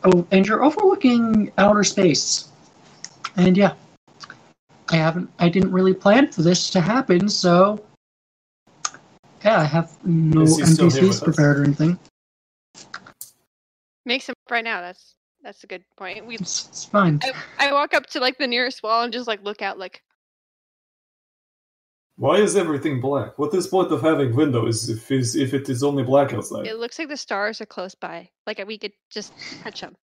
Oh, and you're overlooking outer space. And yeah, I haven't. I didn't really plan for this to happen, so yeah, I have no Is he still here NPCs with us? prepared or anything. Make some right now. That's that's a good point. We It's, it's fine. I, I walk up to like the nearest wall and just like look out like Why is everything black? What is point of having windows if is if it is only black outside? it looks like the stars are close by. Like we could just touch them.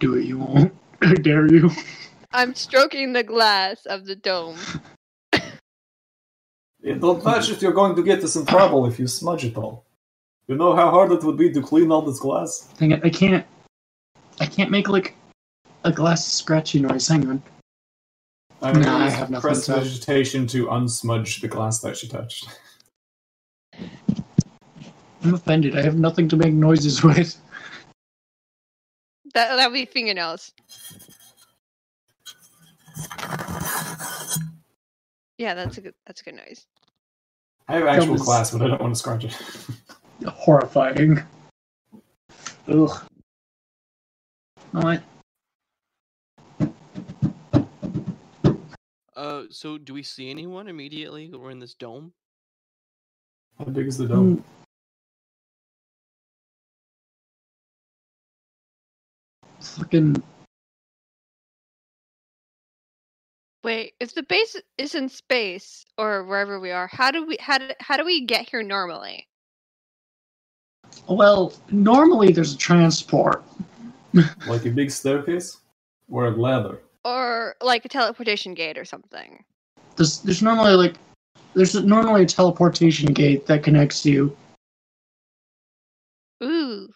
Do what you want. I dare you. I'm stroking the glass of the dome. Yeah, don't touch it. You're going to get us in trouble if you smudge it all. You know how hard it would be to clean all this glass. Dang it! I can't. I can't make like a glass scratchy noise. Hang on. I'm Nah, I gonna have use nothing press to- vegetation to unsmudge the glass that she touched. I'm offended. I have nothing to make noises with. That that'll be fingernails. Yeah, that's a good that's a good noise. I have actual was- glass, but I don't want to scratch it. Horrifying. Ugh. Alright. Uh, so do we see anyone immediately? We're in this dome. How big is the dome? Mm. Fucking. Wait, if the base is in space or wherever we are, how do we how do, how do we get here normally? Well, normally there's a transport. Like a big staircase or a ladder? Or like a teleportation gate or something. There's, there's normally like. There's normally a teleportation gate that connects you. Ooh.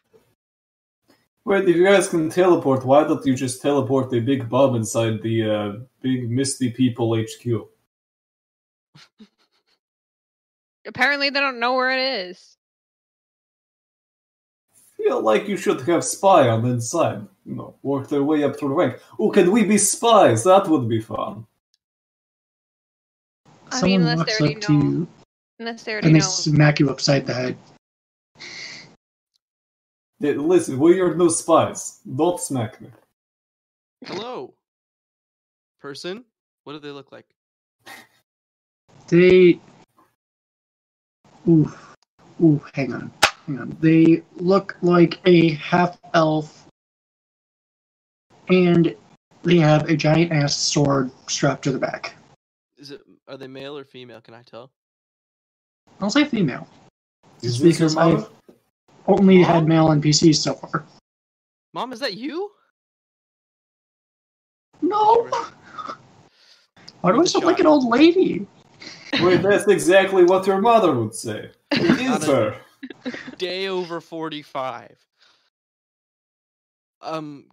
Wait, if you guys can teleport, why don't you just teleport the big bob inside the uh, big misty people HQ? Apparently they don't know where it is. Feel like you should have spy on the inside. You know, work their way up through the rank. Oh, can we be spies? That would be fun. I mean, Someone unless they walks already up to know- you Unless they already and they know. smack you upside the head. Hey, listen, we are no spies. Don't smack me. Hello, person. What do they look like? They. Ooh. Ooh, hang on. Hang on. They look like a half elf. And they have a giant ass sword strapped to the back. Is it are they male or female? Can I tell? I'll say female. Is Just this your because I've mother? only Huh? had male NPCs so far. Mom, is that you? Oh No! Why do I With a sound like an child. old lady? Wait, that's exactly what your mother would say. It Not is a- her. Day over forty-five. Um,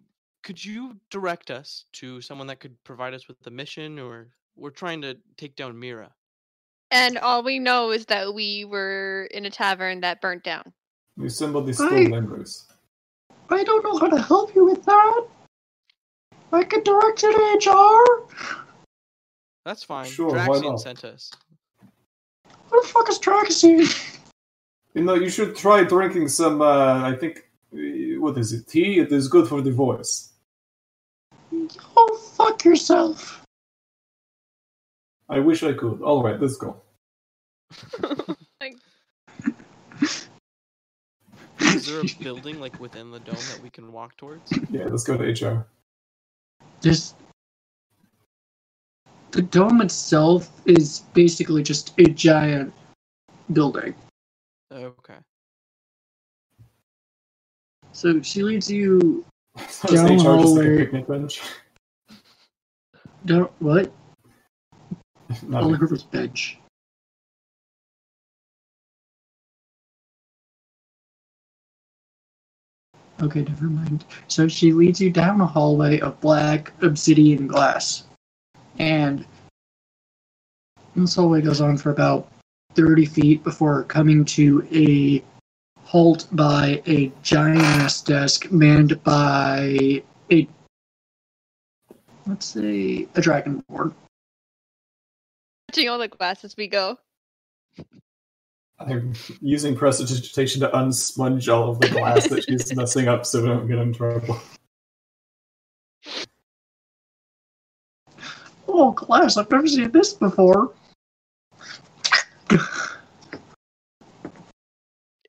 could you direct us to someone that could provide us with a mission, or we're trying to take down Mira? And all we know is that we were in a tavern that burnt down. If somebody stole I- memories. I don't know how to help you with that. I could direct you to HR. That's fine. Sure, why Draxian not? sent us. What the fuck is Traxy? You know, you should try drinking some, uh, I think, uh, what is it, tea? It is good for the voice. Oh, fuck yourself. I wish I could. Alright, let's go. Is there a building like within the dome that we can walk towards? Yeah, let's go to HR. There's the dome itself is basically just a giant building. Okay. So she leads you So is HR just like a Download. picnic bench? down what? Not Oliver's bench. Okay, never mind. So she leads you down a hallway of black obsidian glass. And this hallway goes on for about 30 feet before coming to a halt by a giant ass desk manned by a let's say a dragonborn. Touching all the glasses we go. I'm using prestidigitation to unsponge all of the glass that she's messing up so we don't get in trouble. Oh, glass! I've never seen this before.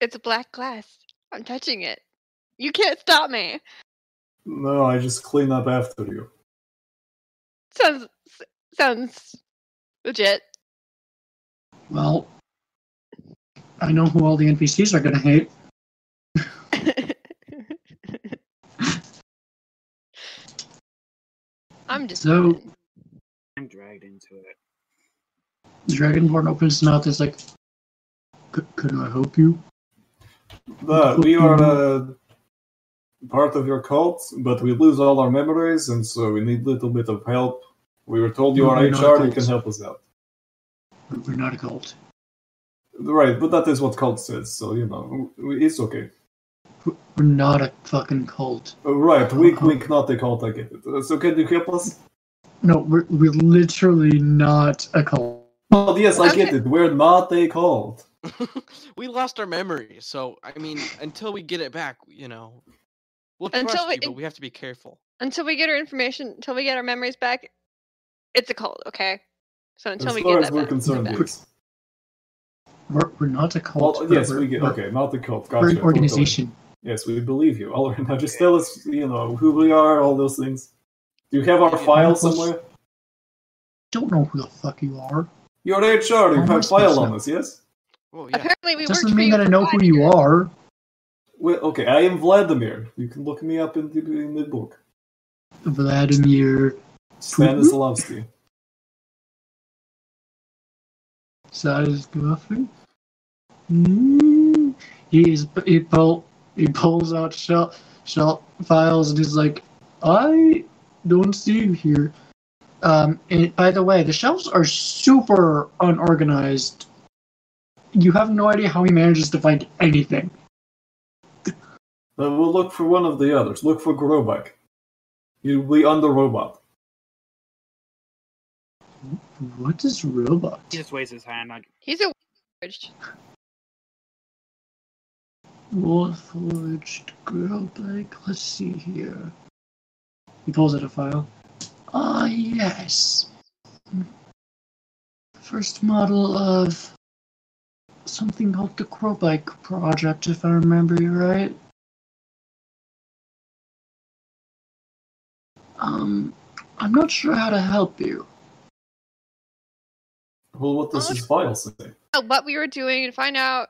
It's black glass. I'm touching it. You can't stop me. No, I just clean up after you. Sounds s- sounds legit. Well, I know who all the NPCs are gonna hate. I'm just So- kidding. I'm dragged into it. The dragonborn opens his mouth. It's like, "C- could I help you? But we are uh, part of your cult, but we lose all our memories, and so we need a little bit of help. We were told you No, are we're not HR, you cults. can help us out. But We're not a cult. Right, but that is what cult says, so you know, w- it's okay. We're- We're not a fucking cult. Uh, Right, wink, wink, not a cult, I get it. Uh, So can you help us? No, we're, we're literally not a cult. Oh, yes, I get Okay. it. We're not a cult. we lost our memory, so I mean, until we get it back, you know, we'll trust Until you, we- but we have to be careful. until we get our information, until we get our memories back, it's a cult, okay? So until As we far get as that we're back, concerned, back. yes. We're, we're not a cult. Well, We're- yes, we get we're- okay, not the cult. Gotcha. We're an totally. organization. Yes, we believe you. All right, now just tell us, you know, who we are, all those things. Do you have our Yeah. file somewhere? Don't know who the fuck you are. You're HR. You How am I have file supposed on to- us, yes? Well, yeah. Apparently, we Doesn't worked mean for that you I for know five who you years. are. Well, okay, I am Vladimir. You can look me up in the, in the book. Vladimir Stanislavski. Sadisguffin? Mm. He's he pull, he pulls out shell shell files and he's like, I don't see you here. Um, and by the way, the shelves are super unorganized. You have no idea how he manages to find anything. Then we'll look for one of the others. Look for Grobak. You'll be on the robot. What is robot? He just waves his hand like, He's a witch. Warforged Girl Blake, let's see here. He pulls out a file. Ah, yes. First model of something called the Crowbike Project, if I remember you right. Um, I'm not sure how to help you. Well, what does his file say? know what we were doing and find out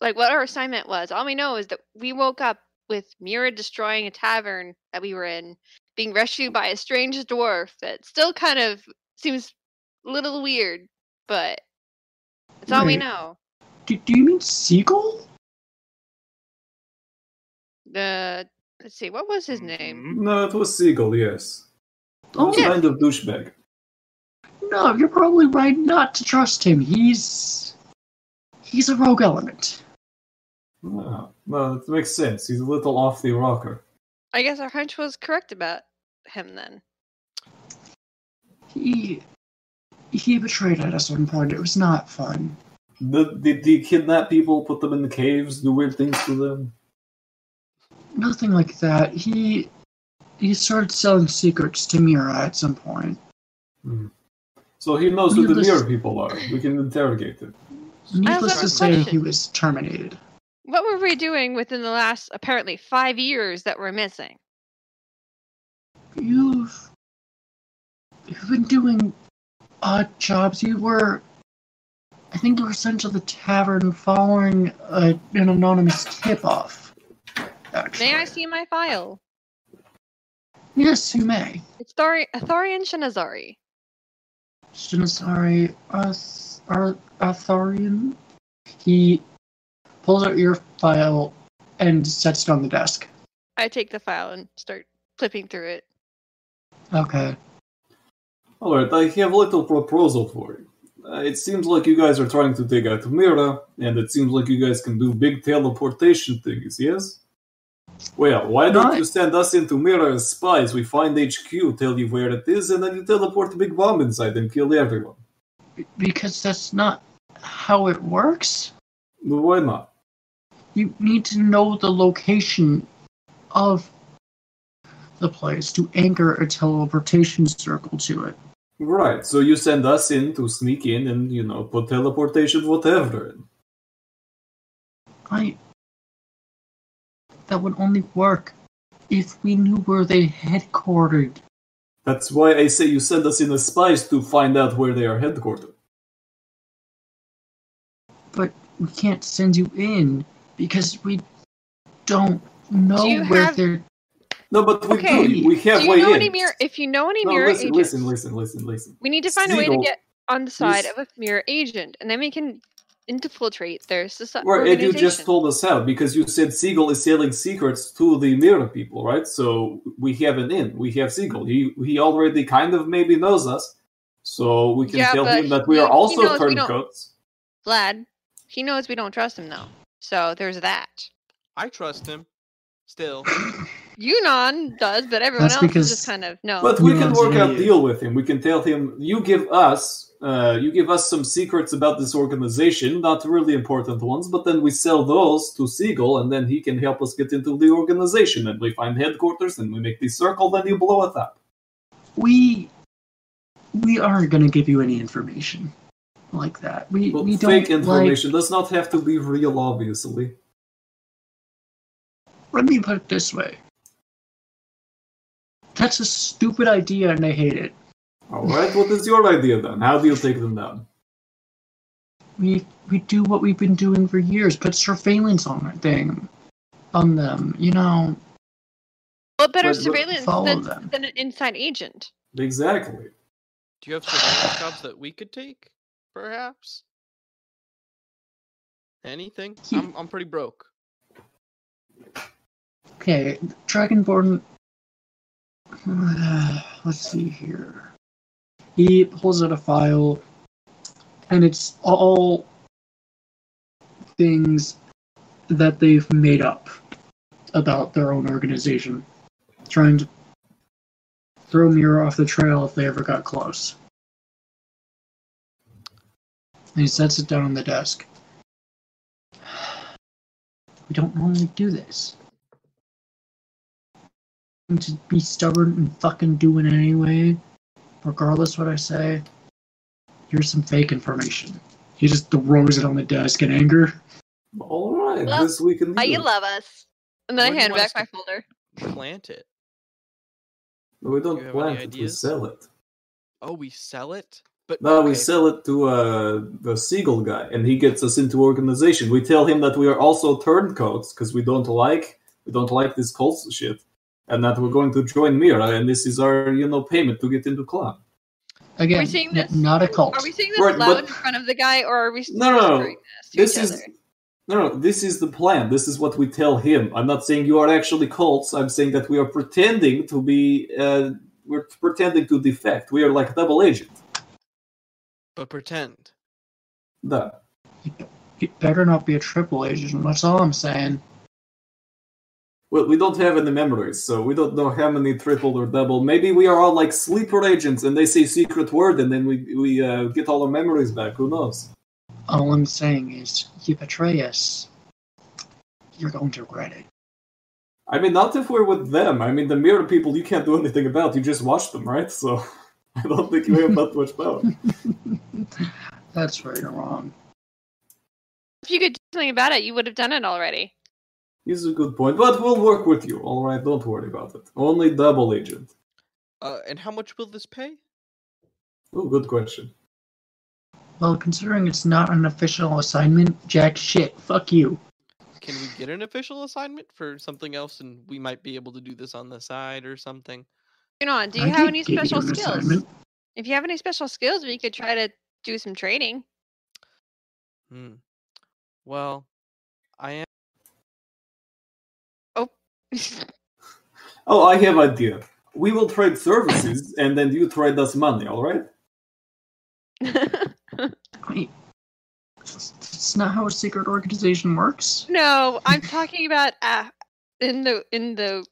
like what our assignment was. All we know is that we woke up with Mira destroying a tavern that we were in, being rescued by a strange dwarf that still kind of seems a little weird, but that's all we Right. know. Do, do you mean Seagull? The let's see, what was his name? "Mhm." No, it was Siegel, yes. Oh, He's kind of douchebag. No, you're probably right not to trust him. He's he's a rogue element. No, no, that Ah, makes sense. He's a little off the rocker. I guess our hunch was correct about him then. He he betrayed us at one point. It was not fun. Did, did he kidnap people, put them in the caves, do weird things to them? Nothing like that. He he started selling secrets to Mira at some point. So he knows who the Needless- mirror people are. We can interrogate them. Needless to have a say, he question. was terminated. What were we doing within the last apparently five years that we're missing? You've you've been doing odd jobs. You were, I think, you were sent to the tavern following a, an anonymous tip off. May I see my file? Yes, you may. It's Thari- Atharian Shinazari. Shinasari Arth- Ar- Artharian. He pulls out your file and sets it on the desk. I take the file and start flipping through it. Okay. Alright, I have a little proposal for you. Uh, it seems like you guys are trying to take out Mira, and it seems like you guys can do big teleportation things, yes? Well, why don't Right. you send us into Mirror as spies? We find HQ, tell you where it is, and then you teleport a big bomb inside and kill everyone. B- Because that's not how it works. Why not? You need to know the location of the place to anchor a teleportation circle to it. Right, so you send us in to sneak in and, you know, put teleportation whatever in. I. That would only work if we knew where they headquartered. That's why I say you send us in as spies to find out where they are headquartered. But we can't send you in because we don't know Do you where have- they're. No, but we Okay, do. We have Do you way know in. any mirror? If you know any no, mirror listen, agents, listen, listen, listen, listen. we need to find a way to Siegel- get on the side Yes. of a mirror agent, and then we can infiltrate their society. Right, and you just told us how because you said Siegel is selling secrets to the mirror people, right? So we have an in. We have Siegel. He he already kind of maybe knows us, so we can Yeah, tell but him that we he- he are knows also we don't- turncoats. Vlad, he knows we don't trust him though, so there's that. I trust him. Still. Yunan does, but everyone That's else is because- just kind of no. But we No, can it's work an out idiot. deal with him. We can tell him you give us uh, you give us some secrets about this organization, not really important ones, but then we sell those to Siegel, and then he can help us get into the organization. And we find headquarters, and we make the circle. Then you blow it up. We. We aren't going to give you any information like that. We, But we don't. fake like- information does not have to be real, obviously. let me put it this way. That's a stupid idea and I hate it. All right, what is your idea then? How do you take them down? We we do what we've been doing for years, put surveillance on that thing on them, you know. what better but- but surveillance follow than, them. than an inside agent? Exactly. Do you have surveillance jobs that we could take? Perhaps? Anything? He- I'm, I'm pretty broke. Okay, Dragonborn uh, let's see here. He pulls out a file and it's all things that they've made up about their own organization, trying to throw Mira off the trail if they ever got close. And he sets it down on the desk. We don't normally do this. And to be stubborn and fucking do it anyway, regardless what I say. Here's some fake information. He just throws it on the desk in anger. All right, Well, this we can Why you do. love us? And then Why do I you hand want back us my to- folder. Plant it. we You don't have plant any it, we ideas? sell it. Oh, we sell it? But No, we okay, sell it to uh, the Siegel guy, and he gets us into organization. We tell him that we are also turncoats because we don't like we don't like this cult shit, and that we're going to join Mira, and this is our you know payment to get into club. Again, Are we seeing n- this? not a cult. Are we saying this Right, loud but- in front of the guy, or are we No, no, no. whispering this to This each is other? no, no. This is the plan. This is what we tell him. I'm not saying you are actually cults. I'm saying that we are pretending to be. Uh, we're pretending to defect. We are like double agent. But pretend. No. It better not be a triple agent. That's all I'm saying. Well, we don't have any memories, so we don't know how many triple or double. Maybe we are all like sleeper agents, and they say secret word, and then we we uh, get all our memories back. Who knows? All I'm saying is, you betray us, you're going to regret it. I mean, not if we're with them. I mean, the mirror people you can't do anything about. You just watch them, right? So I don't think you have that much power. That's where you're wrong. If you could do something about it, you would have done it already. This is a good point, but we'll work with you. All right, don't worry about it. Only double agent. Uh, and how much will this pay? Oh, good question. Well, considering it's not an official assignment, jack shit. Fuck you. Can we get an official assignment for something else and we might be able to do this on the side or something? Yunan, do you I have did any give you special an skills? assignment. If you have any special skills, we could try to do some training. Hmm. Well, I am. Oh, I have idea. We will trade services, and then you trade us money. All right? I- That's not how a secret organization works. no, I'm talking about uh, in the in the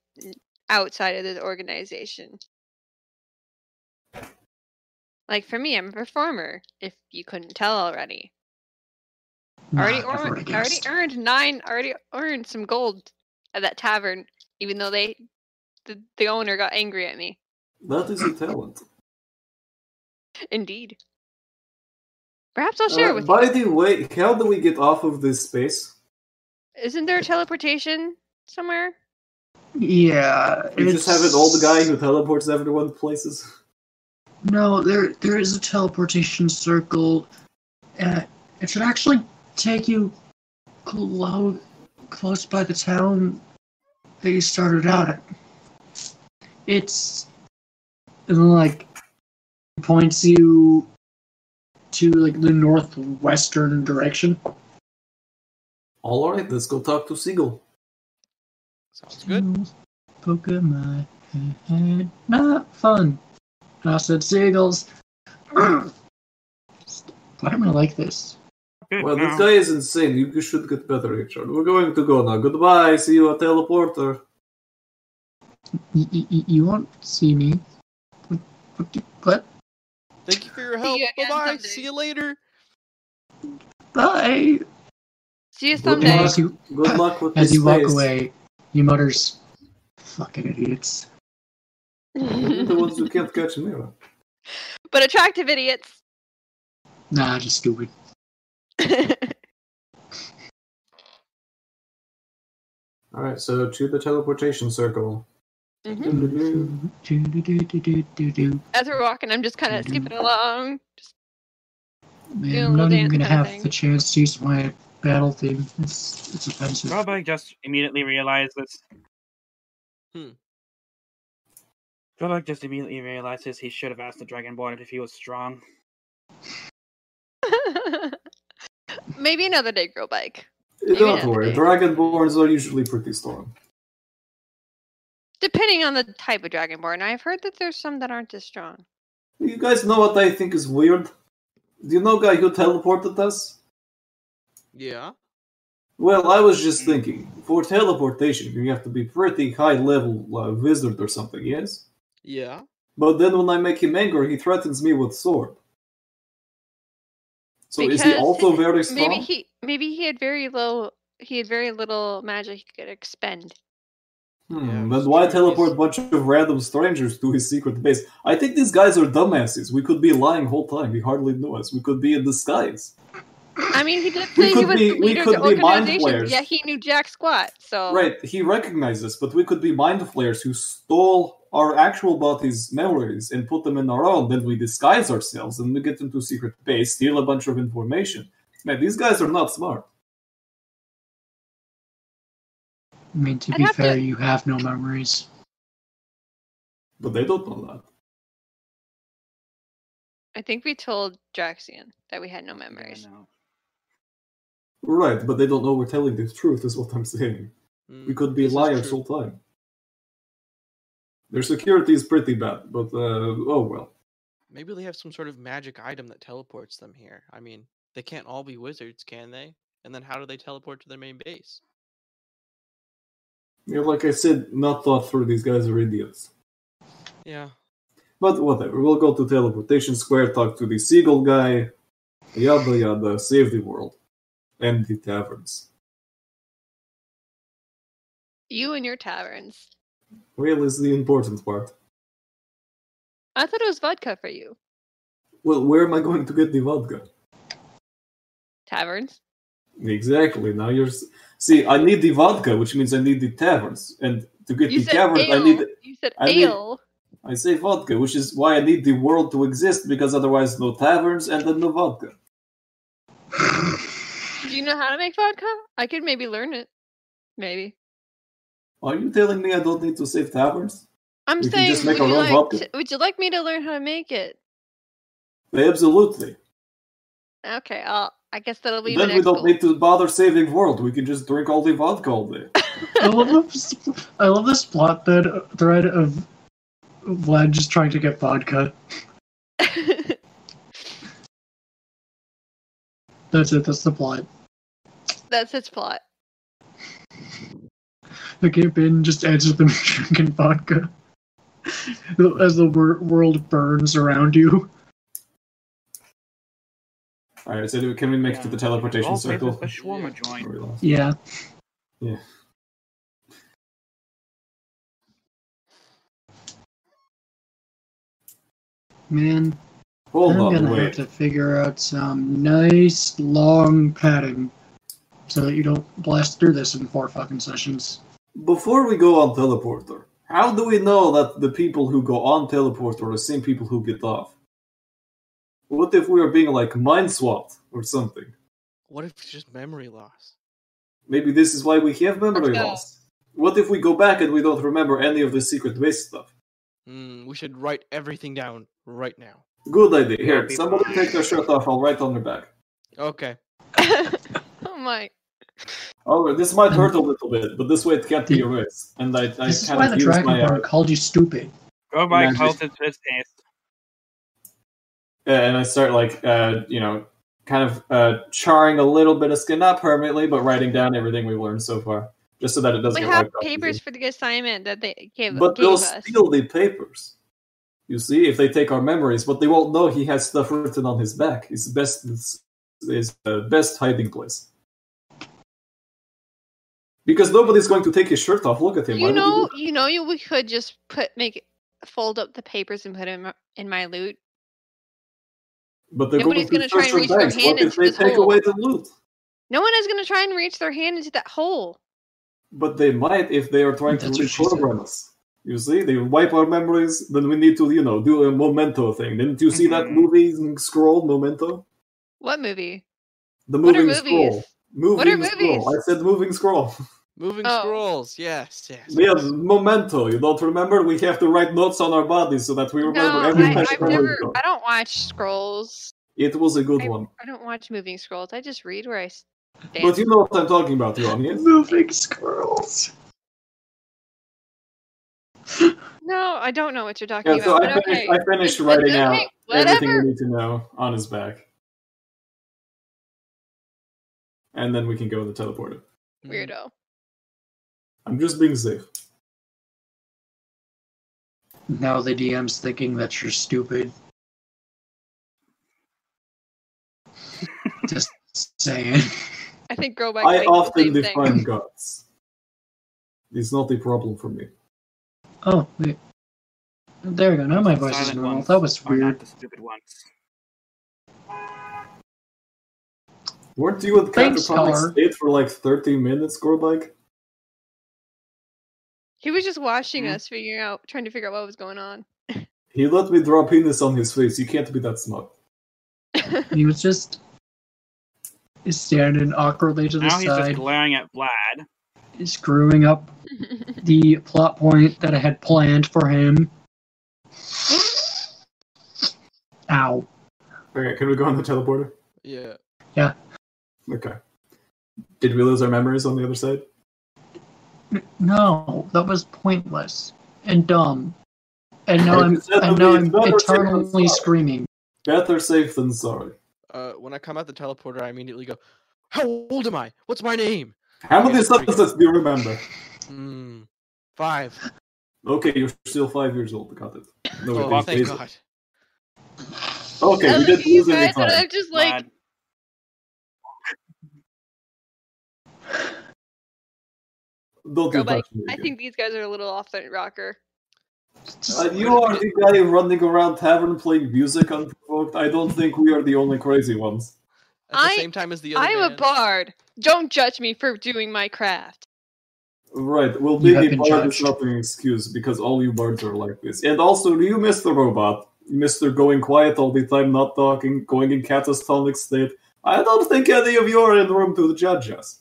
outside of the organization. Like for me, I'm a performer. If you couldn't tell already, already Not ever earned, already guessed. earned nine, already earned some gold at that tavern. Even though they, the, the owner got angry at me. That is a talent. Indeed. Perhaps I'll share Uh, it with you. by the way, how do we get off of this space? Isn't there teleportation somewhere? Yeah. We just have an old guy who teleports everyone to places. No, there there is a teleportation circle. Uh, it should actually take you clo- close by the town that you started out at. It's and then, like points you to like the northwestern direction. All right, let's go talk to Seagull. Sounds good. Poke my head. Not fun. And I said seagulls. Why am I like this? Mm-hmm. Good Well, now. this guy is insane. You you should get better, Richard. We're going to go now. Goodbye. See you at teleporter. Y- y- y- you won't see me. What- what- What? Thank you for your See help. you again Bye bye. someday. See you later. Bye. See you Good someday. luck. As you, Good luck with as this you walk space. away, he mutters, "Fucking idiots." You're the ones who can't catch a mirror. but attractive idiots. Nah, just stupid. Mm-hmm. All right, so to the teleportation circle. Mhm. Do-do-do-do-do-do. As we're walking, I'm just Mm-hmm. kind of skipping along. Just, Man, Yeah, I'm little not even dance gonna kinda have thing. the chance to use my battle theme. It's it's offensive. Probably just immediately realized this. Hmm. Grobak just immediately realizes he should have asked the Dragonborn if he was strong. Maybe another day, girl bike. Maybe Don't not worry, today. dragonborns are usually pretty strong. Depending on the type of dragonborn, I've heard that there's some that aren't as strong. You guys know what I think is weird? Do you know guy who teleported us? Yeah. Well, I was just thinking, for teleportation, you have to be pretty high level uh, wizard or something, yes? Yeah. But then when I make him angry, he threatens me with sword. So is he Because also very strong? Maybe he, maybe he had very low, he had very little magic he could expend. Hmm, Yeah, then it's why true. teleport a He's- bunch of random strangers to his secret base? I think these guys are dumbasses. We could be lying whole time. We hardly know us. We could be in disguise. I mean, he did We say he could was be- the we leader of could the be mind organization. flayers. Yeah, he knew jack squat. So Right, he recognized us, but we could be mind flayers who stole our actual bodies' memories and put them in our own. Then we disguise ourselves and we get into secret base, steal a bunch of information. Man, these guys are not smart. I mean, to I'd be have to- fair, you have no memories. But they don't know that. I think we told Draxian that we had no memories. Yeah, no. Right, but they don't know we're telling the truth, is what I'm saying. We Mm, could be this is liars true. all time. Their security is pretty bad, but uh, oh well. Maybe they have some sort of magic item that teleports them here. I mean, they can't all be wizards, can they? And then how do they teleport to their main base? You know, like I said, not thought through. These guys are idiots. Yeah. But whatever. We'll go to teleportation square, talk to the seagull guy, yada yada, save the world, and the taverns. You and your taverns. Whale is the important part. I thought it was vodka for you. Well, where am I going to get the vodka? Taverns. Exactly. Now you're s- see. I need the vodka, which means I need the taverns, and to get You the said taverns, ale. I need You said I need- ale. I say vodka, which is why I need the world to exist, because otherwise no taverns and then no vodka. Do you know how to make vodka? I could maybe learn it. Maybe. Are you telling me I don't need to save taverns? I'm We can saying, just make would, our you own like vodka. to- would you like me to learn how to make it? Absolutely. Okay, I'll, I guess that'll be the then we next don't goal. need to bother saving world. We can just drink all the vodka all day. I love this. I love this plot thread, thread of Vlad just trying to get vodka. That's it. That's the plot. That's its plot. The kingpin just edges them drinking vodka as the wor- world burns around you. All right, so do- can we make it to the teleportation Roll circle? papers for shawarma joint. Or we lost? Yeah. Man, Hold I'm on, gonna have Oh, wait. to figure out some nice long padding so that you don't blast through this in four fucking sessions. Before we go on teleporter, how do we know that the people who go on teleporter are the same people who get off? What if we are being like mind swapped or something? What if it's just memory loss? Maybe this is why we have memory Let's go. loss. What if we go back and we don't remember any of the secret base stuff? Mm, we should write everything down right now. Good idea. Here, Happy somebody Monday. take their shirt off. I'll write on their back. Okay. oh my. Oh, this might hurt a little bit, but this way it can't be erased. And I, I Um, this is kind why the of use Dragon my Bar uh, called you stupid. Go by Magic. cultist this taste. Yeah, and I start like uh, you know, kind of uh, charring a little bit of skin, not permanently, but writing down everything we've learned so far, just so that it doesn't. We get have wiped off papers easily. for the assignment that they gave, but gave they'll us. steal the papers. You see, if they take our memories, but they won't know he has stuff written on his back. His best, his uh, best hiding place. Because nobody's going to take his shirt off. Look at him. Why You would he know, do you know, you we could just put make fold up the papers and put them in my loot. that? but they're nobody's going to gonna try search and for reach their bags. hand What if into they this take hole? away the loot? No one is going to try and reach their hand into that hole. But they might if they are trying That's to what she said. reprogram us. You see, they wipe our memories, then we need to, you know, do a memento thing. Didn't you see that Mm-hmm. Mhm. movie mm, Scroll Memento? What movie? The What are moving movies? scroll. What are Moving scroll. movies? I said moving scroll. Moving Oh. scrolls. Yes, yes. We have memento. You don't remember? We have to write notes on our bodies so that we No, remember every I, time I've we never. go. I don't watch scrolls. It was a good I, one. I don't watch moving scrolls. I just read where I stand. But you know what I'm talking about, Yuan, yes? Moving squirrels. no, I don't know what you're talking Yeah, so about. I but okay. finished, I finished It's- it's writing out okay, everything whatever. we need to know on his back. And then we can go to the teleporter. Mhm. Weirdo. I'm just being safe. Now the DM's thinking that you're stupid. Just saying. I think grow back. I often the same define thing. gods. It's not a problem for me. Oh, wait. There we go. Now my voice is Silent normal. ones That was are not weird. the stupid ones. Weren't you at Thanks, catatonic Star. state for like 30 minutes, Gorbike? He was just watching Hmm. Mm-hmm. us, figuring out, trying to figure out what was going on. He let me draw penis on his face. You can't be that smart. He was just standing awkwardly to the Now he's just side, glaring at Vlad. screwing up the plot point that I had planned for him. Ow. Okay, can we go on the teleporter? Yeah. Okay. Did we lose our memories on the other side? No, that was pointless and dumb. And now I I'm, just said and that now we- I'm better take on eternally side. screaming. Better safe than sorry. Uh, when I come out the teleporter, I immediately go, "How old am I? What's my name?" How many Yes, please. sentences do you remember? Mm, five. Okay, you're still five years old. Got it. No, Oh, wait, thank please. God. Okay, I we look at didn't you lose any guys, and time. I'm just like, Vlad, Don't Go do back. that to me I again. think these guys are a little off the rocker. Uh, you are the guy running around tavern playing music unprovoked. I don't think we are the only crazy ones. At I- the same time as the other I'm a man. bard. Don't judge me for doing my craft. Right. Well, You have being a been bard is judged. not an excuse because all you bards are like this. And also, you, Mr. Robot, Mr. Going Quiet all the time, not talking, going in catatonic state. I don't think any of you are in the room to judge us.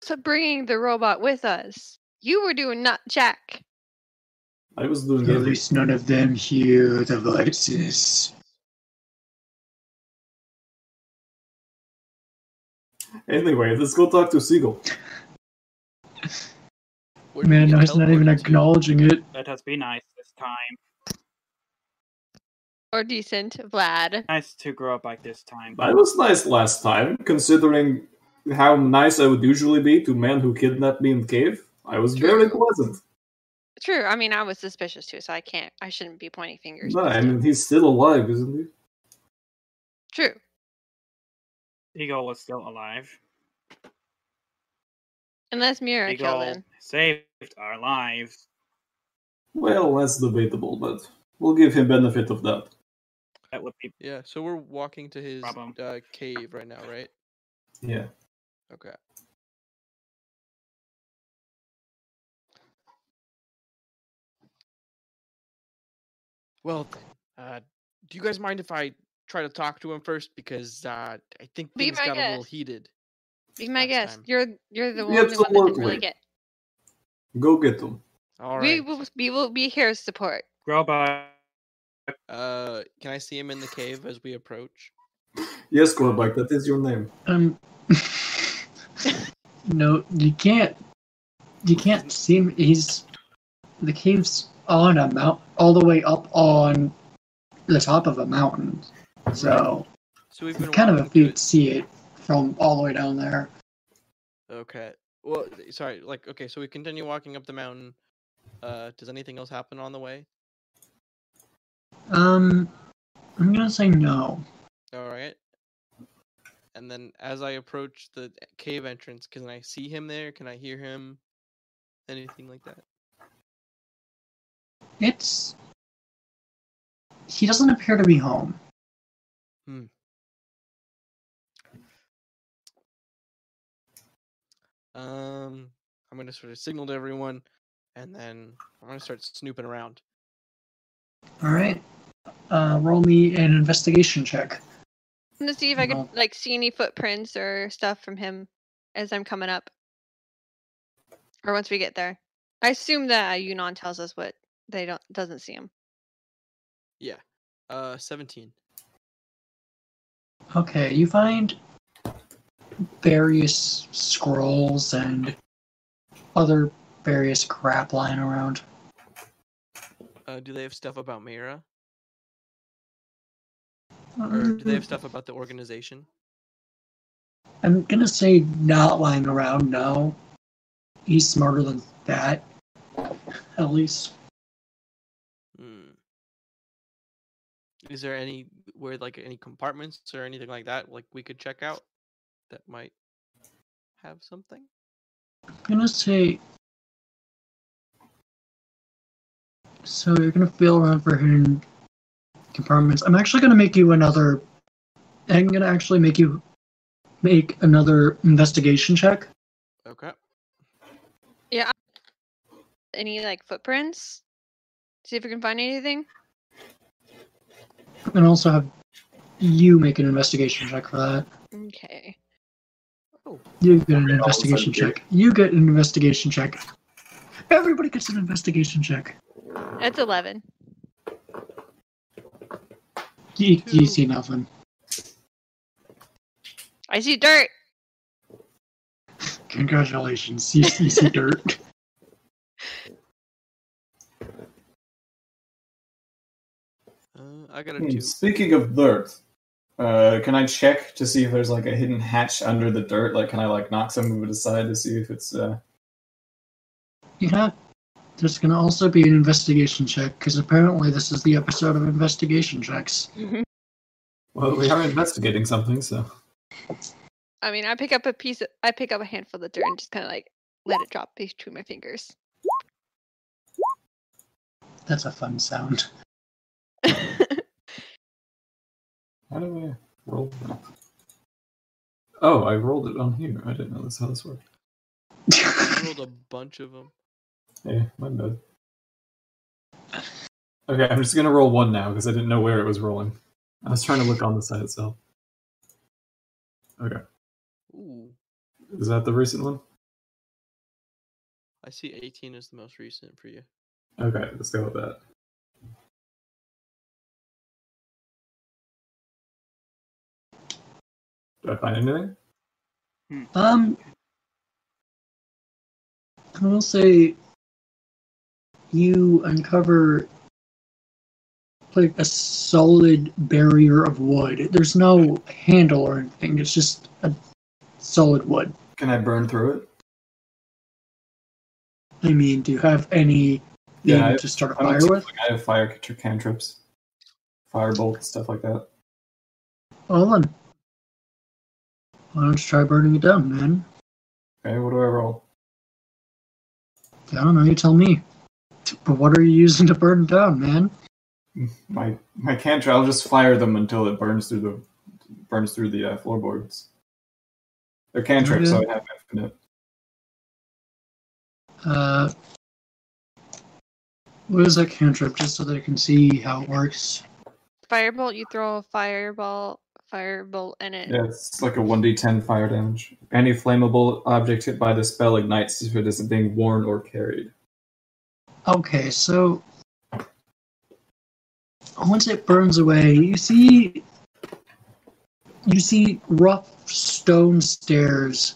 So bringing the robot with us. You were doing not Jack. I was doing At that. least none of them hear the voices. Anyway, let's go talk to Siegel. Where did we Man, get I was not even teleported to? acknowledging it. let us be nice this time. Or decent, Vlad. Nice to grow up like this time. I was nice last time, considering how nice I would usually be to men who kidnapped me in cave. I was True. very pleasant. True. I mean, I was suspicious too, so I can't. I shouldn't be pointing fingers. No, and I stuff. mean, he's still alive, isn't he? True. Eagle was still alive. Unless Mira killed Eagle him. saved our lives. Well, that's debatable, but we'll give him benefit of doubt. That would be Yeah, so we're walking to his Problem. uh, cave right now, right? Yeah. Okay. Well, then, uh, do you guys mind if I try to talk to him first? Because uh, I think Be things my got a little guest. heated. Be my last guest. time. You're you're the We only one that didn't absolutely- really get. Go get him. All We right. will we will be here as support. Groba. Uh, can I see him in the cave as we approach? Yes, Korback, that is your name. Um. no, you can't. You can't see him. He's the cave's on a mount, all the way up on the top of a mountain. So So we've it's been kind of a walking to feat it- to see it from all the way down there. Okay. Well, th- sorry. Like, okay. So we continue walking up the mountain. Uh, does anything else happen on the way? Um, I'm gonna say no. All right. And then as I approach the e- cave entrance, can I see him there? Can I hear him? Anything like that? It's. He doesn't appear to be home. Um, I'm gonna sort of signal to everyone, and then I'm gonna start snooping around. All right. Uh, roll me an investigation check. I'm gonna see if I can No. like see any footprints or stuff from him as I'm coming up, or once we get there. I assume that Yunan tells us what they don't doesn't see him. Yeah. Uh, 17. Okay, you find various scrolls and other various crap lying around. Uh, do they have stuff about Mira, or do they have stuff about the organization? I'm gonna say not lying around. No, he's smarter than that. At least Hmm. Is there any where like any compartments or anything like that like we could check out that might have something? I'm gonna say. So you're gonna feel around for hidden compartments. I'm actually gonna make you another. I'm gonna actually make you make another investigation check. Okay. Any like footprints? See if we can find anything. and also have you make an investigation check for that. Okay. You get an all of a sudden investigation here. check. You get an investigation check. Everybody gets an investigation check. That's eleven. You, Two. you see nothing. I see dirt. Congratulations. You, you see dirt. Uh, I got a Hmm, two. Speaking of dirt, uh, can I check to see if there's like a hidden hatch under the dirt? Like, can I like knock some of it aside to see if it's? Uh... You have. There's gonna also be an investigation check because apparently this is the episode of investigation checks. Well, we are investigating something, so. I mean, I pick up a piece. Of, I pick up a handful of dirt and just kind of like let it drop between my fingers. That's a fun sound. How do I roll that? Oh, I rolled it on here. I didn't know that's how this worked. I rolled a bunch of them. Yeah, my bad. Okay, I'm just gonna roll one now because I didn't know where it was rolling. I was trying to look on the side itself. Ooh, Is that the recent one? I see 18 is the most recent for you. Okay, let's go with that. Do I find anything? Um, I will say you uncover like a solid barrier of wood. There's no handle or anything. It's just a solid wood. Can I burn through it? I mean, do you have any thing Yeah, I- to start a I don't fire think with? I have fire c- cantrips, firebolt stuff like that. Well then, why don't you try burning it down, man? Okay, what do I roll? I don't know. You tell me. But what are you using to burn it down, man? My my cantrip. I'll just fire them until it burns through the burns through the uh, floorboards. They're cantrips, so I have infinite. Uh, what is that cantrip? Just so that I can see how it works. Firebolt, you throw a fireball, firebolt, and it Yeah, it's like a one d ten fire damage. Any flammable object hit by the spell ignites if it isn't being worn or carried. Okay, so once it burns away, you see you see rough stone stairs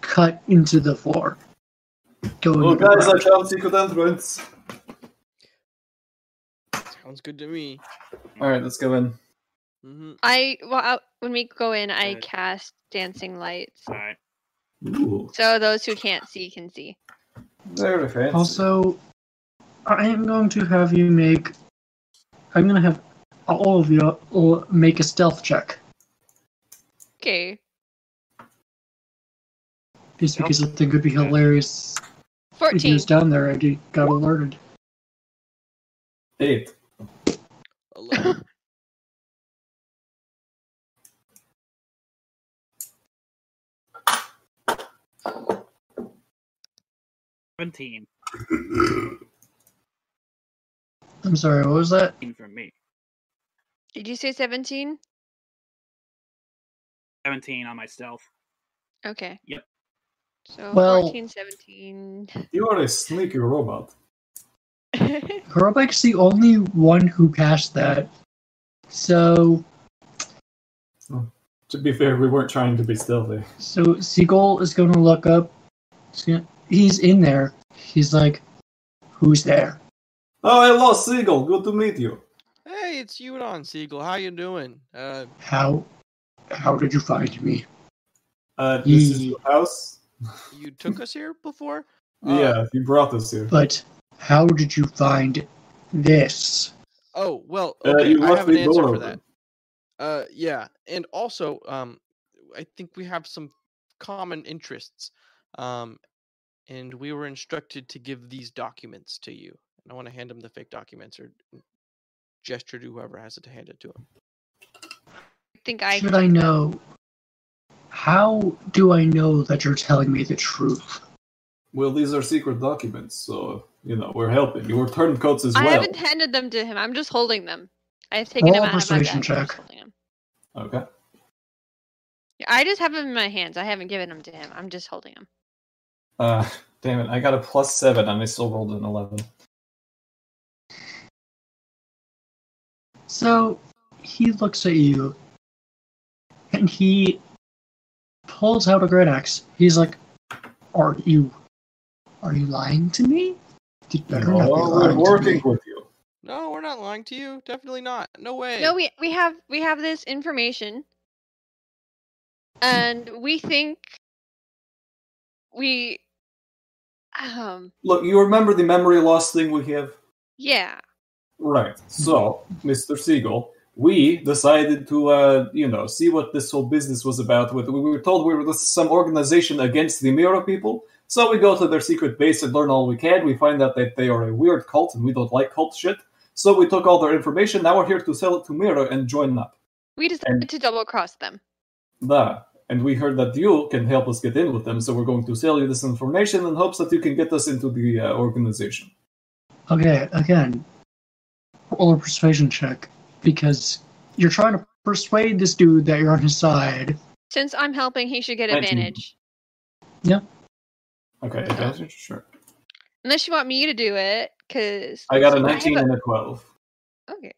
cut into the floor. Going Oh, guys, I around. found secret entrance. Sounds good to me. All right, let's go in. hmm I well I, when we go in, I Good. cast dancing lights, Alright. Ooh, so those who can't see can see. very fancy. also I am going to have you make I'm going to have all of you all make a stealth check Okay, just because the thing could be hilarious if he fourteen. was down there and he got alerted. eight. Seventeen I'm sorry, what was that? for me. Did you say seventeen? Seventeen on my stealth. Okay. Yep. So Well- fourteen, seventeen. You are a sneaky robot. Horobek's the only one who passed that. So, To be fair, we weren't trying to be stealthy. so Seagull is going to look up. He's, gonna, he's in there. He's like, "Who's there?" Oh, hello, Seagull. Good to meet you. hey, it's you, Don Siegel. How you doing? Uh, How? How did you find me? Uh, this is Ye- your house. you took us here before? Ah. yeah, you brought us here. But how did you find this? Oh well, Uh, okay, you I left have an me answer door for open. that. Uh, yeah, and also, um, I think we have some common interests, um, and we were instructed to give these documents to you. And I want to hand him the fake documents or gesture to whoever has it to hand it to him. I think I Should I know? How do I know that you're telling me the truth? Well, these are secret documents, so you know we're helping. You were turncoats as I well. haven't handed them to him. I'm just holding them. I've taken Roll them a out of my persuasion bag. I'm just check. holding them. Okay. Yeah, I just have them in my hands. I haven't given them to him. I'm just holding them. Uh, damn it! I got a plus seven, and I still rolled an eleven. So he looks at you and he pulls out a great axe. He's like, Are you are you lying to me? You better not be Oh, we're lying to working me. with you. No, we're not lying to you. Definitely not. No way. No, we we have we have this information, Mm. and we think we um Look, you remember the memory loss thing we have? yeah Right. So, Mr. Siegel, we decided to, uh, you know, see what this whole business was about. With we were told we were this some organization against the Mira people. So we go to their secret base and learn all we can. We find out that they are a weird cult and we don't like cult shit. So we took all their information. Now we're here to sell it to Mira and join up. we decided to double cross them. Nah. And we heard that you can help us get in with them. So we're going to sell you this information in hopes that you can get us into the uh, organization. Okay, again, roll a persuasion check because you're trying to persuade this dude that you're on his side. Since I'm helping, he should get Nineteen. advantage. Okay. advantage? Sure. Unless you want me to do it, because I got a have 19 a- and a 12. okay.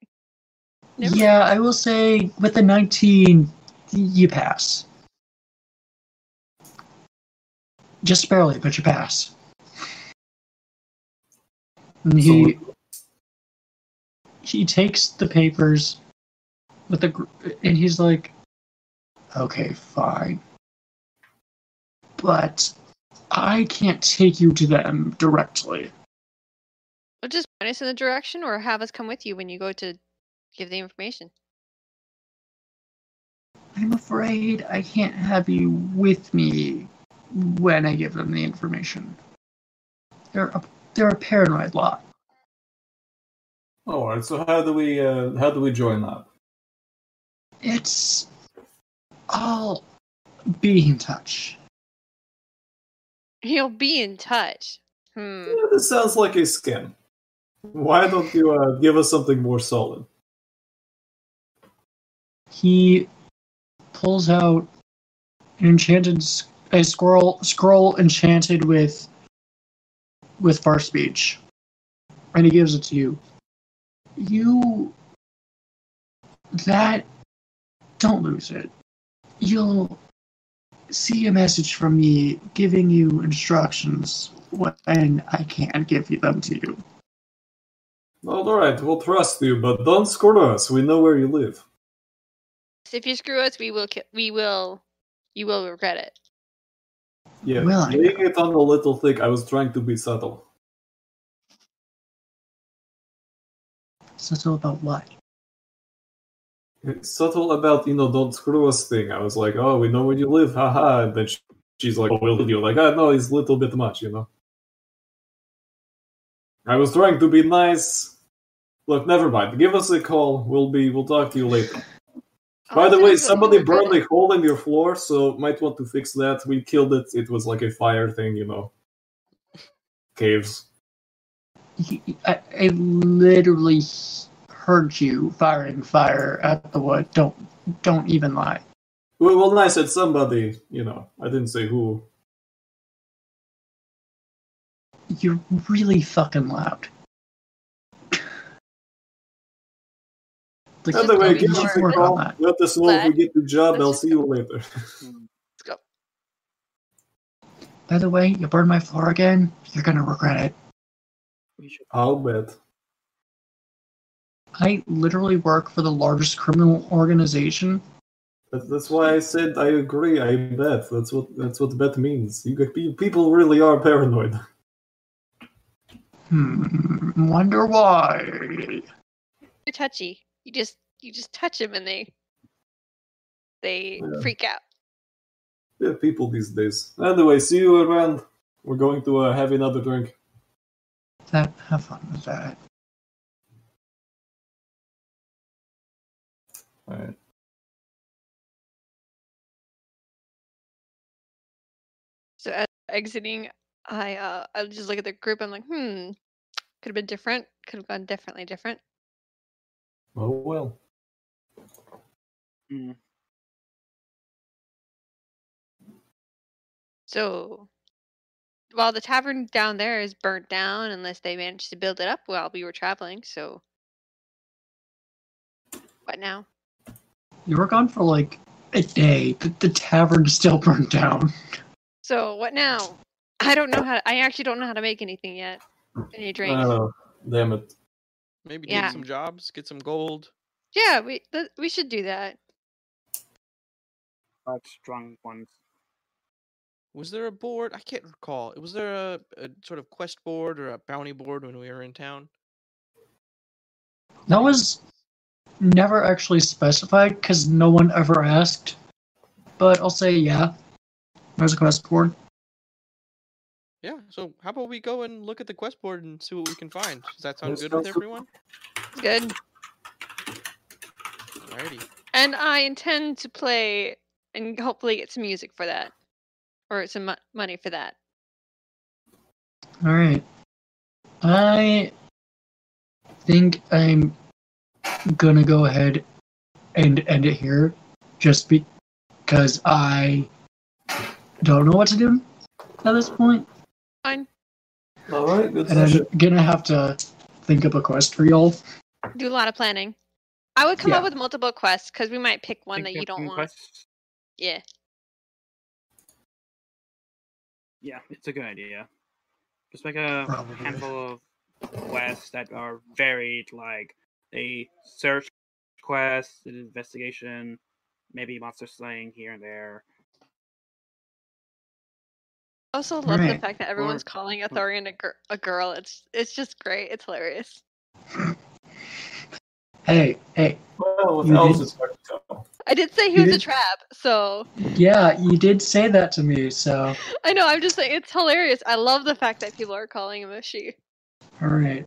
Never mind. Yeah, I will say with the 19, you pass. Just barely, but you pass. And So he he takes the papers with the gr- and he's like, "Okay, fine, but I can't take you to them directly. Well, just point us in the direction or have us come with you when you go to give the information. I'm afraid I can't have you with me when I give them the information. They're a, they're a paranoid lot. Oh, All right. So how do we uh, how do we join up? It's. I'll be in touch. He'll be in touch. Hmm. Yeah, this sounds like a scam. Why don't you uh, give us something more solid? He pulls out an enchanted s- a scroll scroll enchanted with with far speech, and he gives it to you. You that don't lose it. You'll see a message from me giving you instructions when I can't give you them to you. Well, all right. We'll trust you, but don't screw us. We know where you live. If you screw us, we will. Ki- we will. You will regret it. Yeah, Well, I laying it on a little thick. I was trying to be subtle. So it's all about what? It's subtle about you know don't screw us thing. I was like, oh, we know where you live, haha. And then sh- she's like, oh, will you? Like, I know it's a little bit much, you know. I was trying to be nice. Look, never mind. Give us a call. We'll be. We'll talk to you later. By All the Oh, I said way, is that we somebody will regret burned a it. hole in your floor, so might want to fix that. We killed it. It was like a fire thing, you know. Caves. He, I, I literally heard you firing fire at the wood. Don't don't even lie. Well, well, I said somebody. You know, I didn't say who. You're really fucking loud. Like, By By the Just way, don't give be us sure. a work call. on that. Let us know if we But- get the job. let's I'll just see you later. Hmm, By the way, you burn my floor again. You're gonna regret it. You should- I'll bet. I literally work for the largest criminal organization. That, that's why I said I agree. I bet. That's what that's what bet means. You get, pe- people really are paranoid. Hmm. Wonder why. You're touchy. You just you just touch them and they they Yeah. freak out. Yeah, people these days. Anyway, see you around. We're going to uh, have another drink. That have fun with that. All right. So as exiting, I uh I just look at the group. I'm like, hmm, could have been different. Could have gone differently different. Oh well. Mm. So while the tavern down there is burnt down, unless they managed to build it up while we were traveling. So what now? You were gone for like a day. The, the tavern still burned down. So what now? I don't know how. I actually don't know how to make anything yet. Any drinks? Oh, damn it. Maybe Yeah. get some jobs, get some gold. yeah, we th- we should do that. Five strong ones. Was there a board? I can't recall. Was there a, a sort of quest board or a bounty board when we were in town? That was never actually specified because no one ever asked. But I'll say yeah. There's a quest board. Yeah. So how about we go and look at the quest board and see what we can find? Does that sound Yes, good with sounds good. everyone? Good. Alrighty. And I intend to play and hopefully get some music for that, or some mo- money for that. All right. I think I'm gonna go ahead and end it here, just because I don't know what to do at this point, Fine. All right. Good and I'm session. gonna have to think up a quest for y'all. Do a lot of planning. I would come Yeah. up with multiple quests because we might pick one Think that you of don't some want. quests? Yeah. Yeah, it's a good idea. Just make a Probably. handful of quests that are varied, like a search quest, an investigation, maybe monster slaying here and there. also love the Right. fact that everyone's calling Athorian a, gir- a girl. It's it's just great. It's hilarious. Hey, hey, Well, with You elves, did- it's hard to tell. I did say he You was a did- trap, so yeah, you did say that to me, so I know. I'm just saying it's hilarious. I love the fact that people are calling him a she. all right.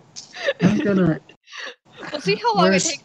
I'm gonna We'll see how long Where's- it takes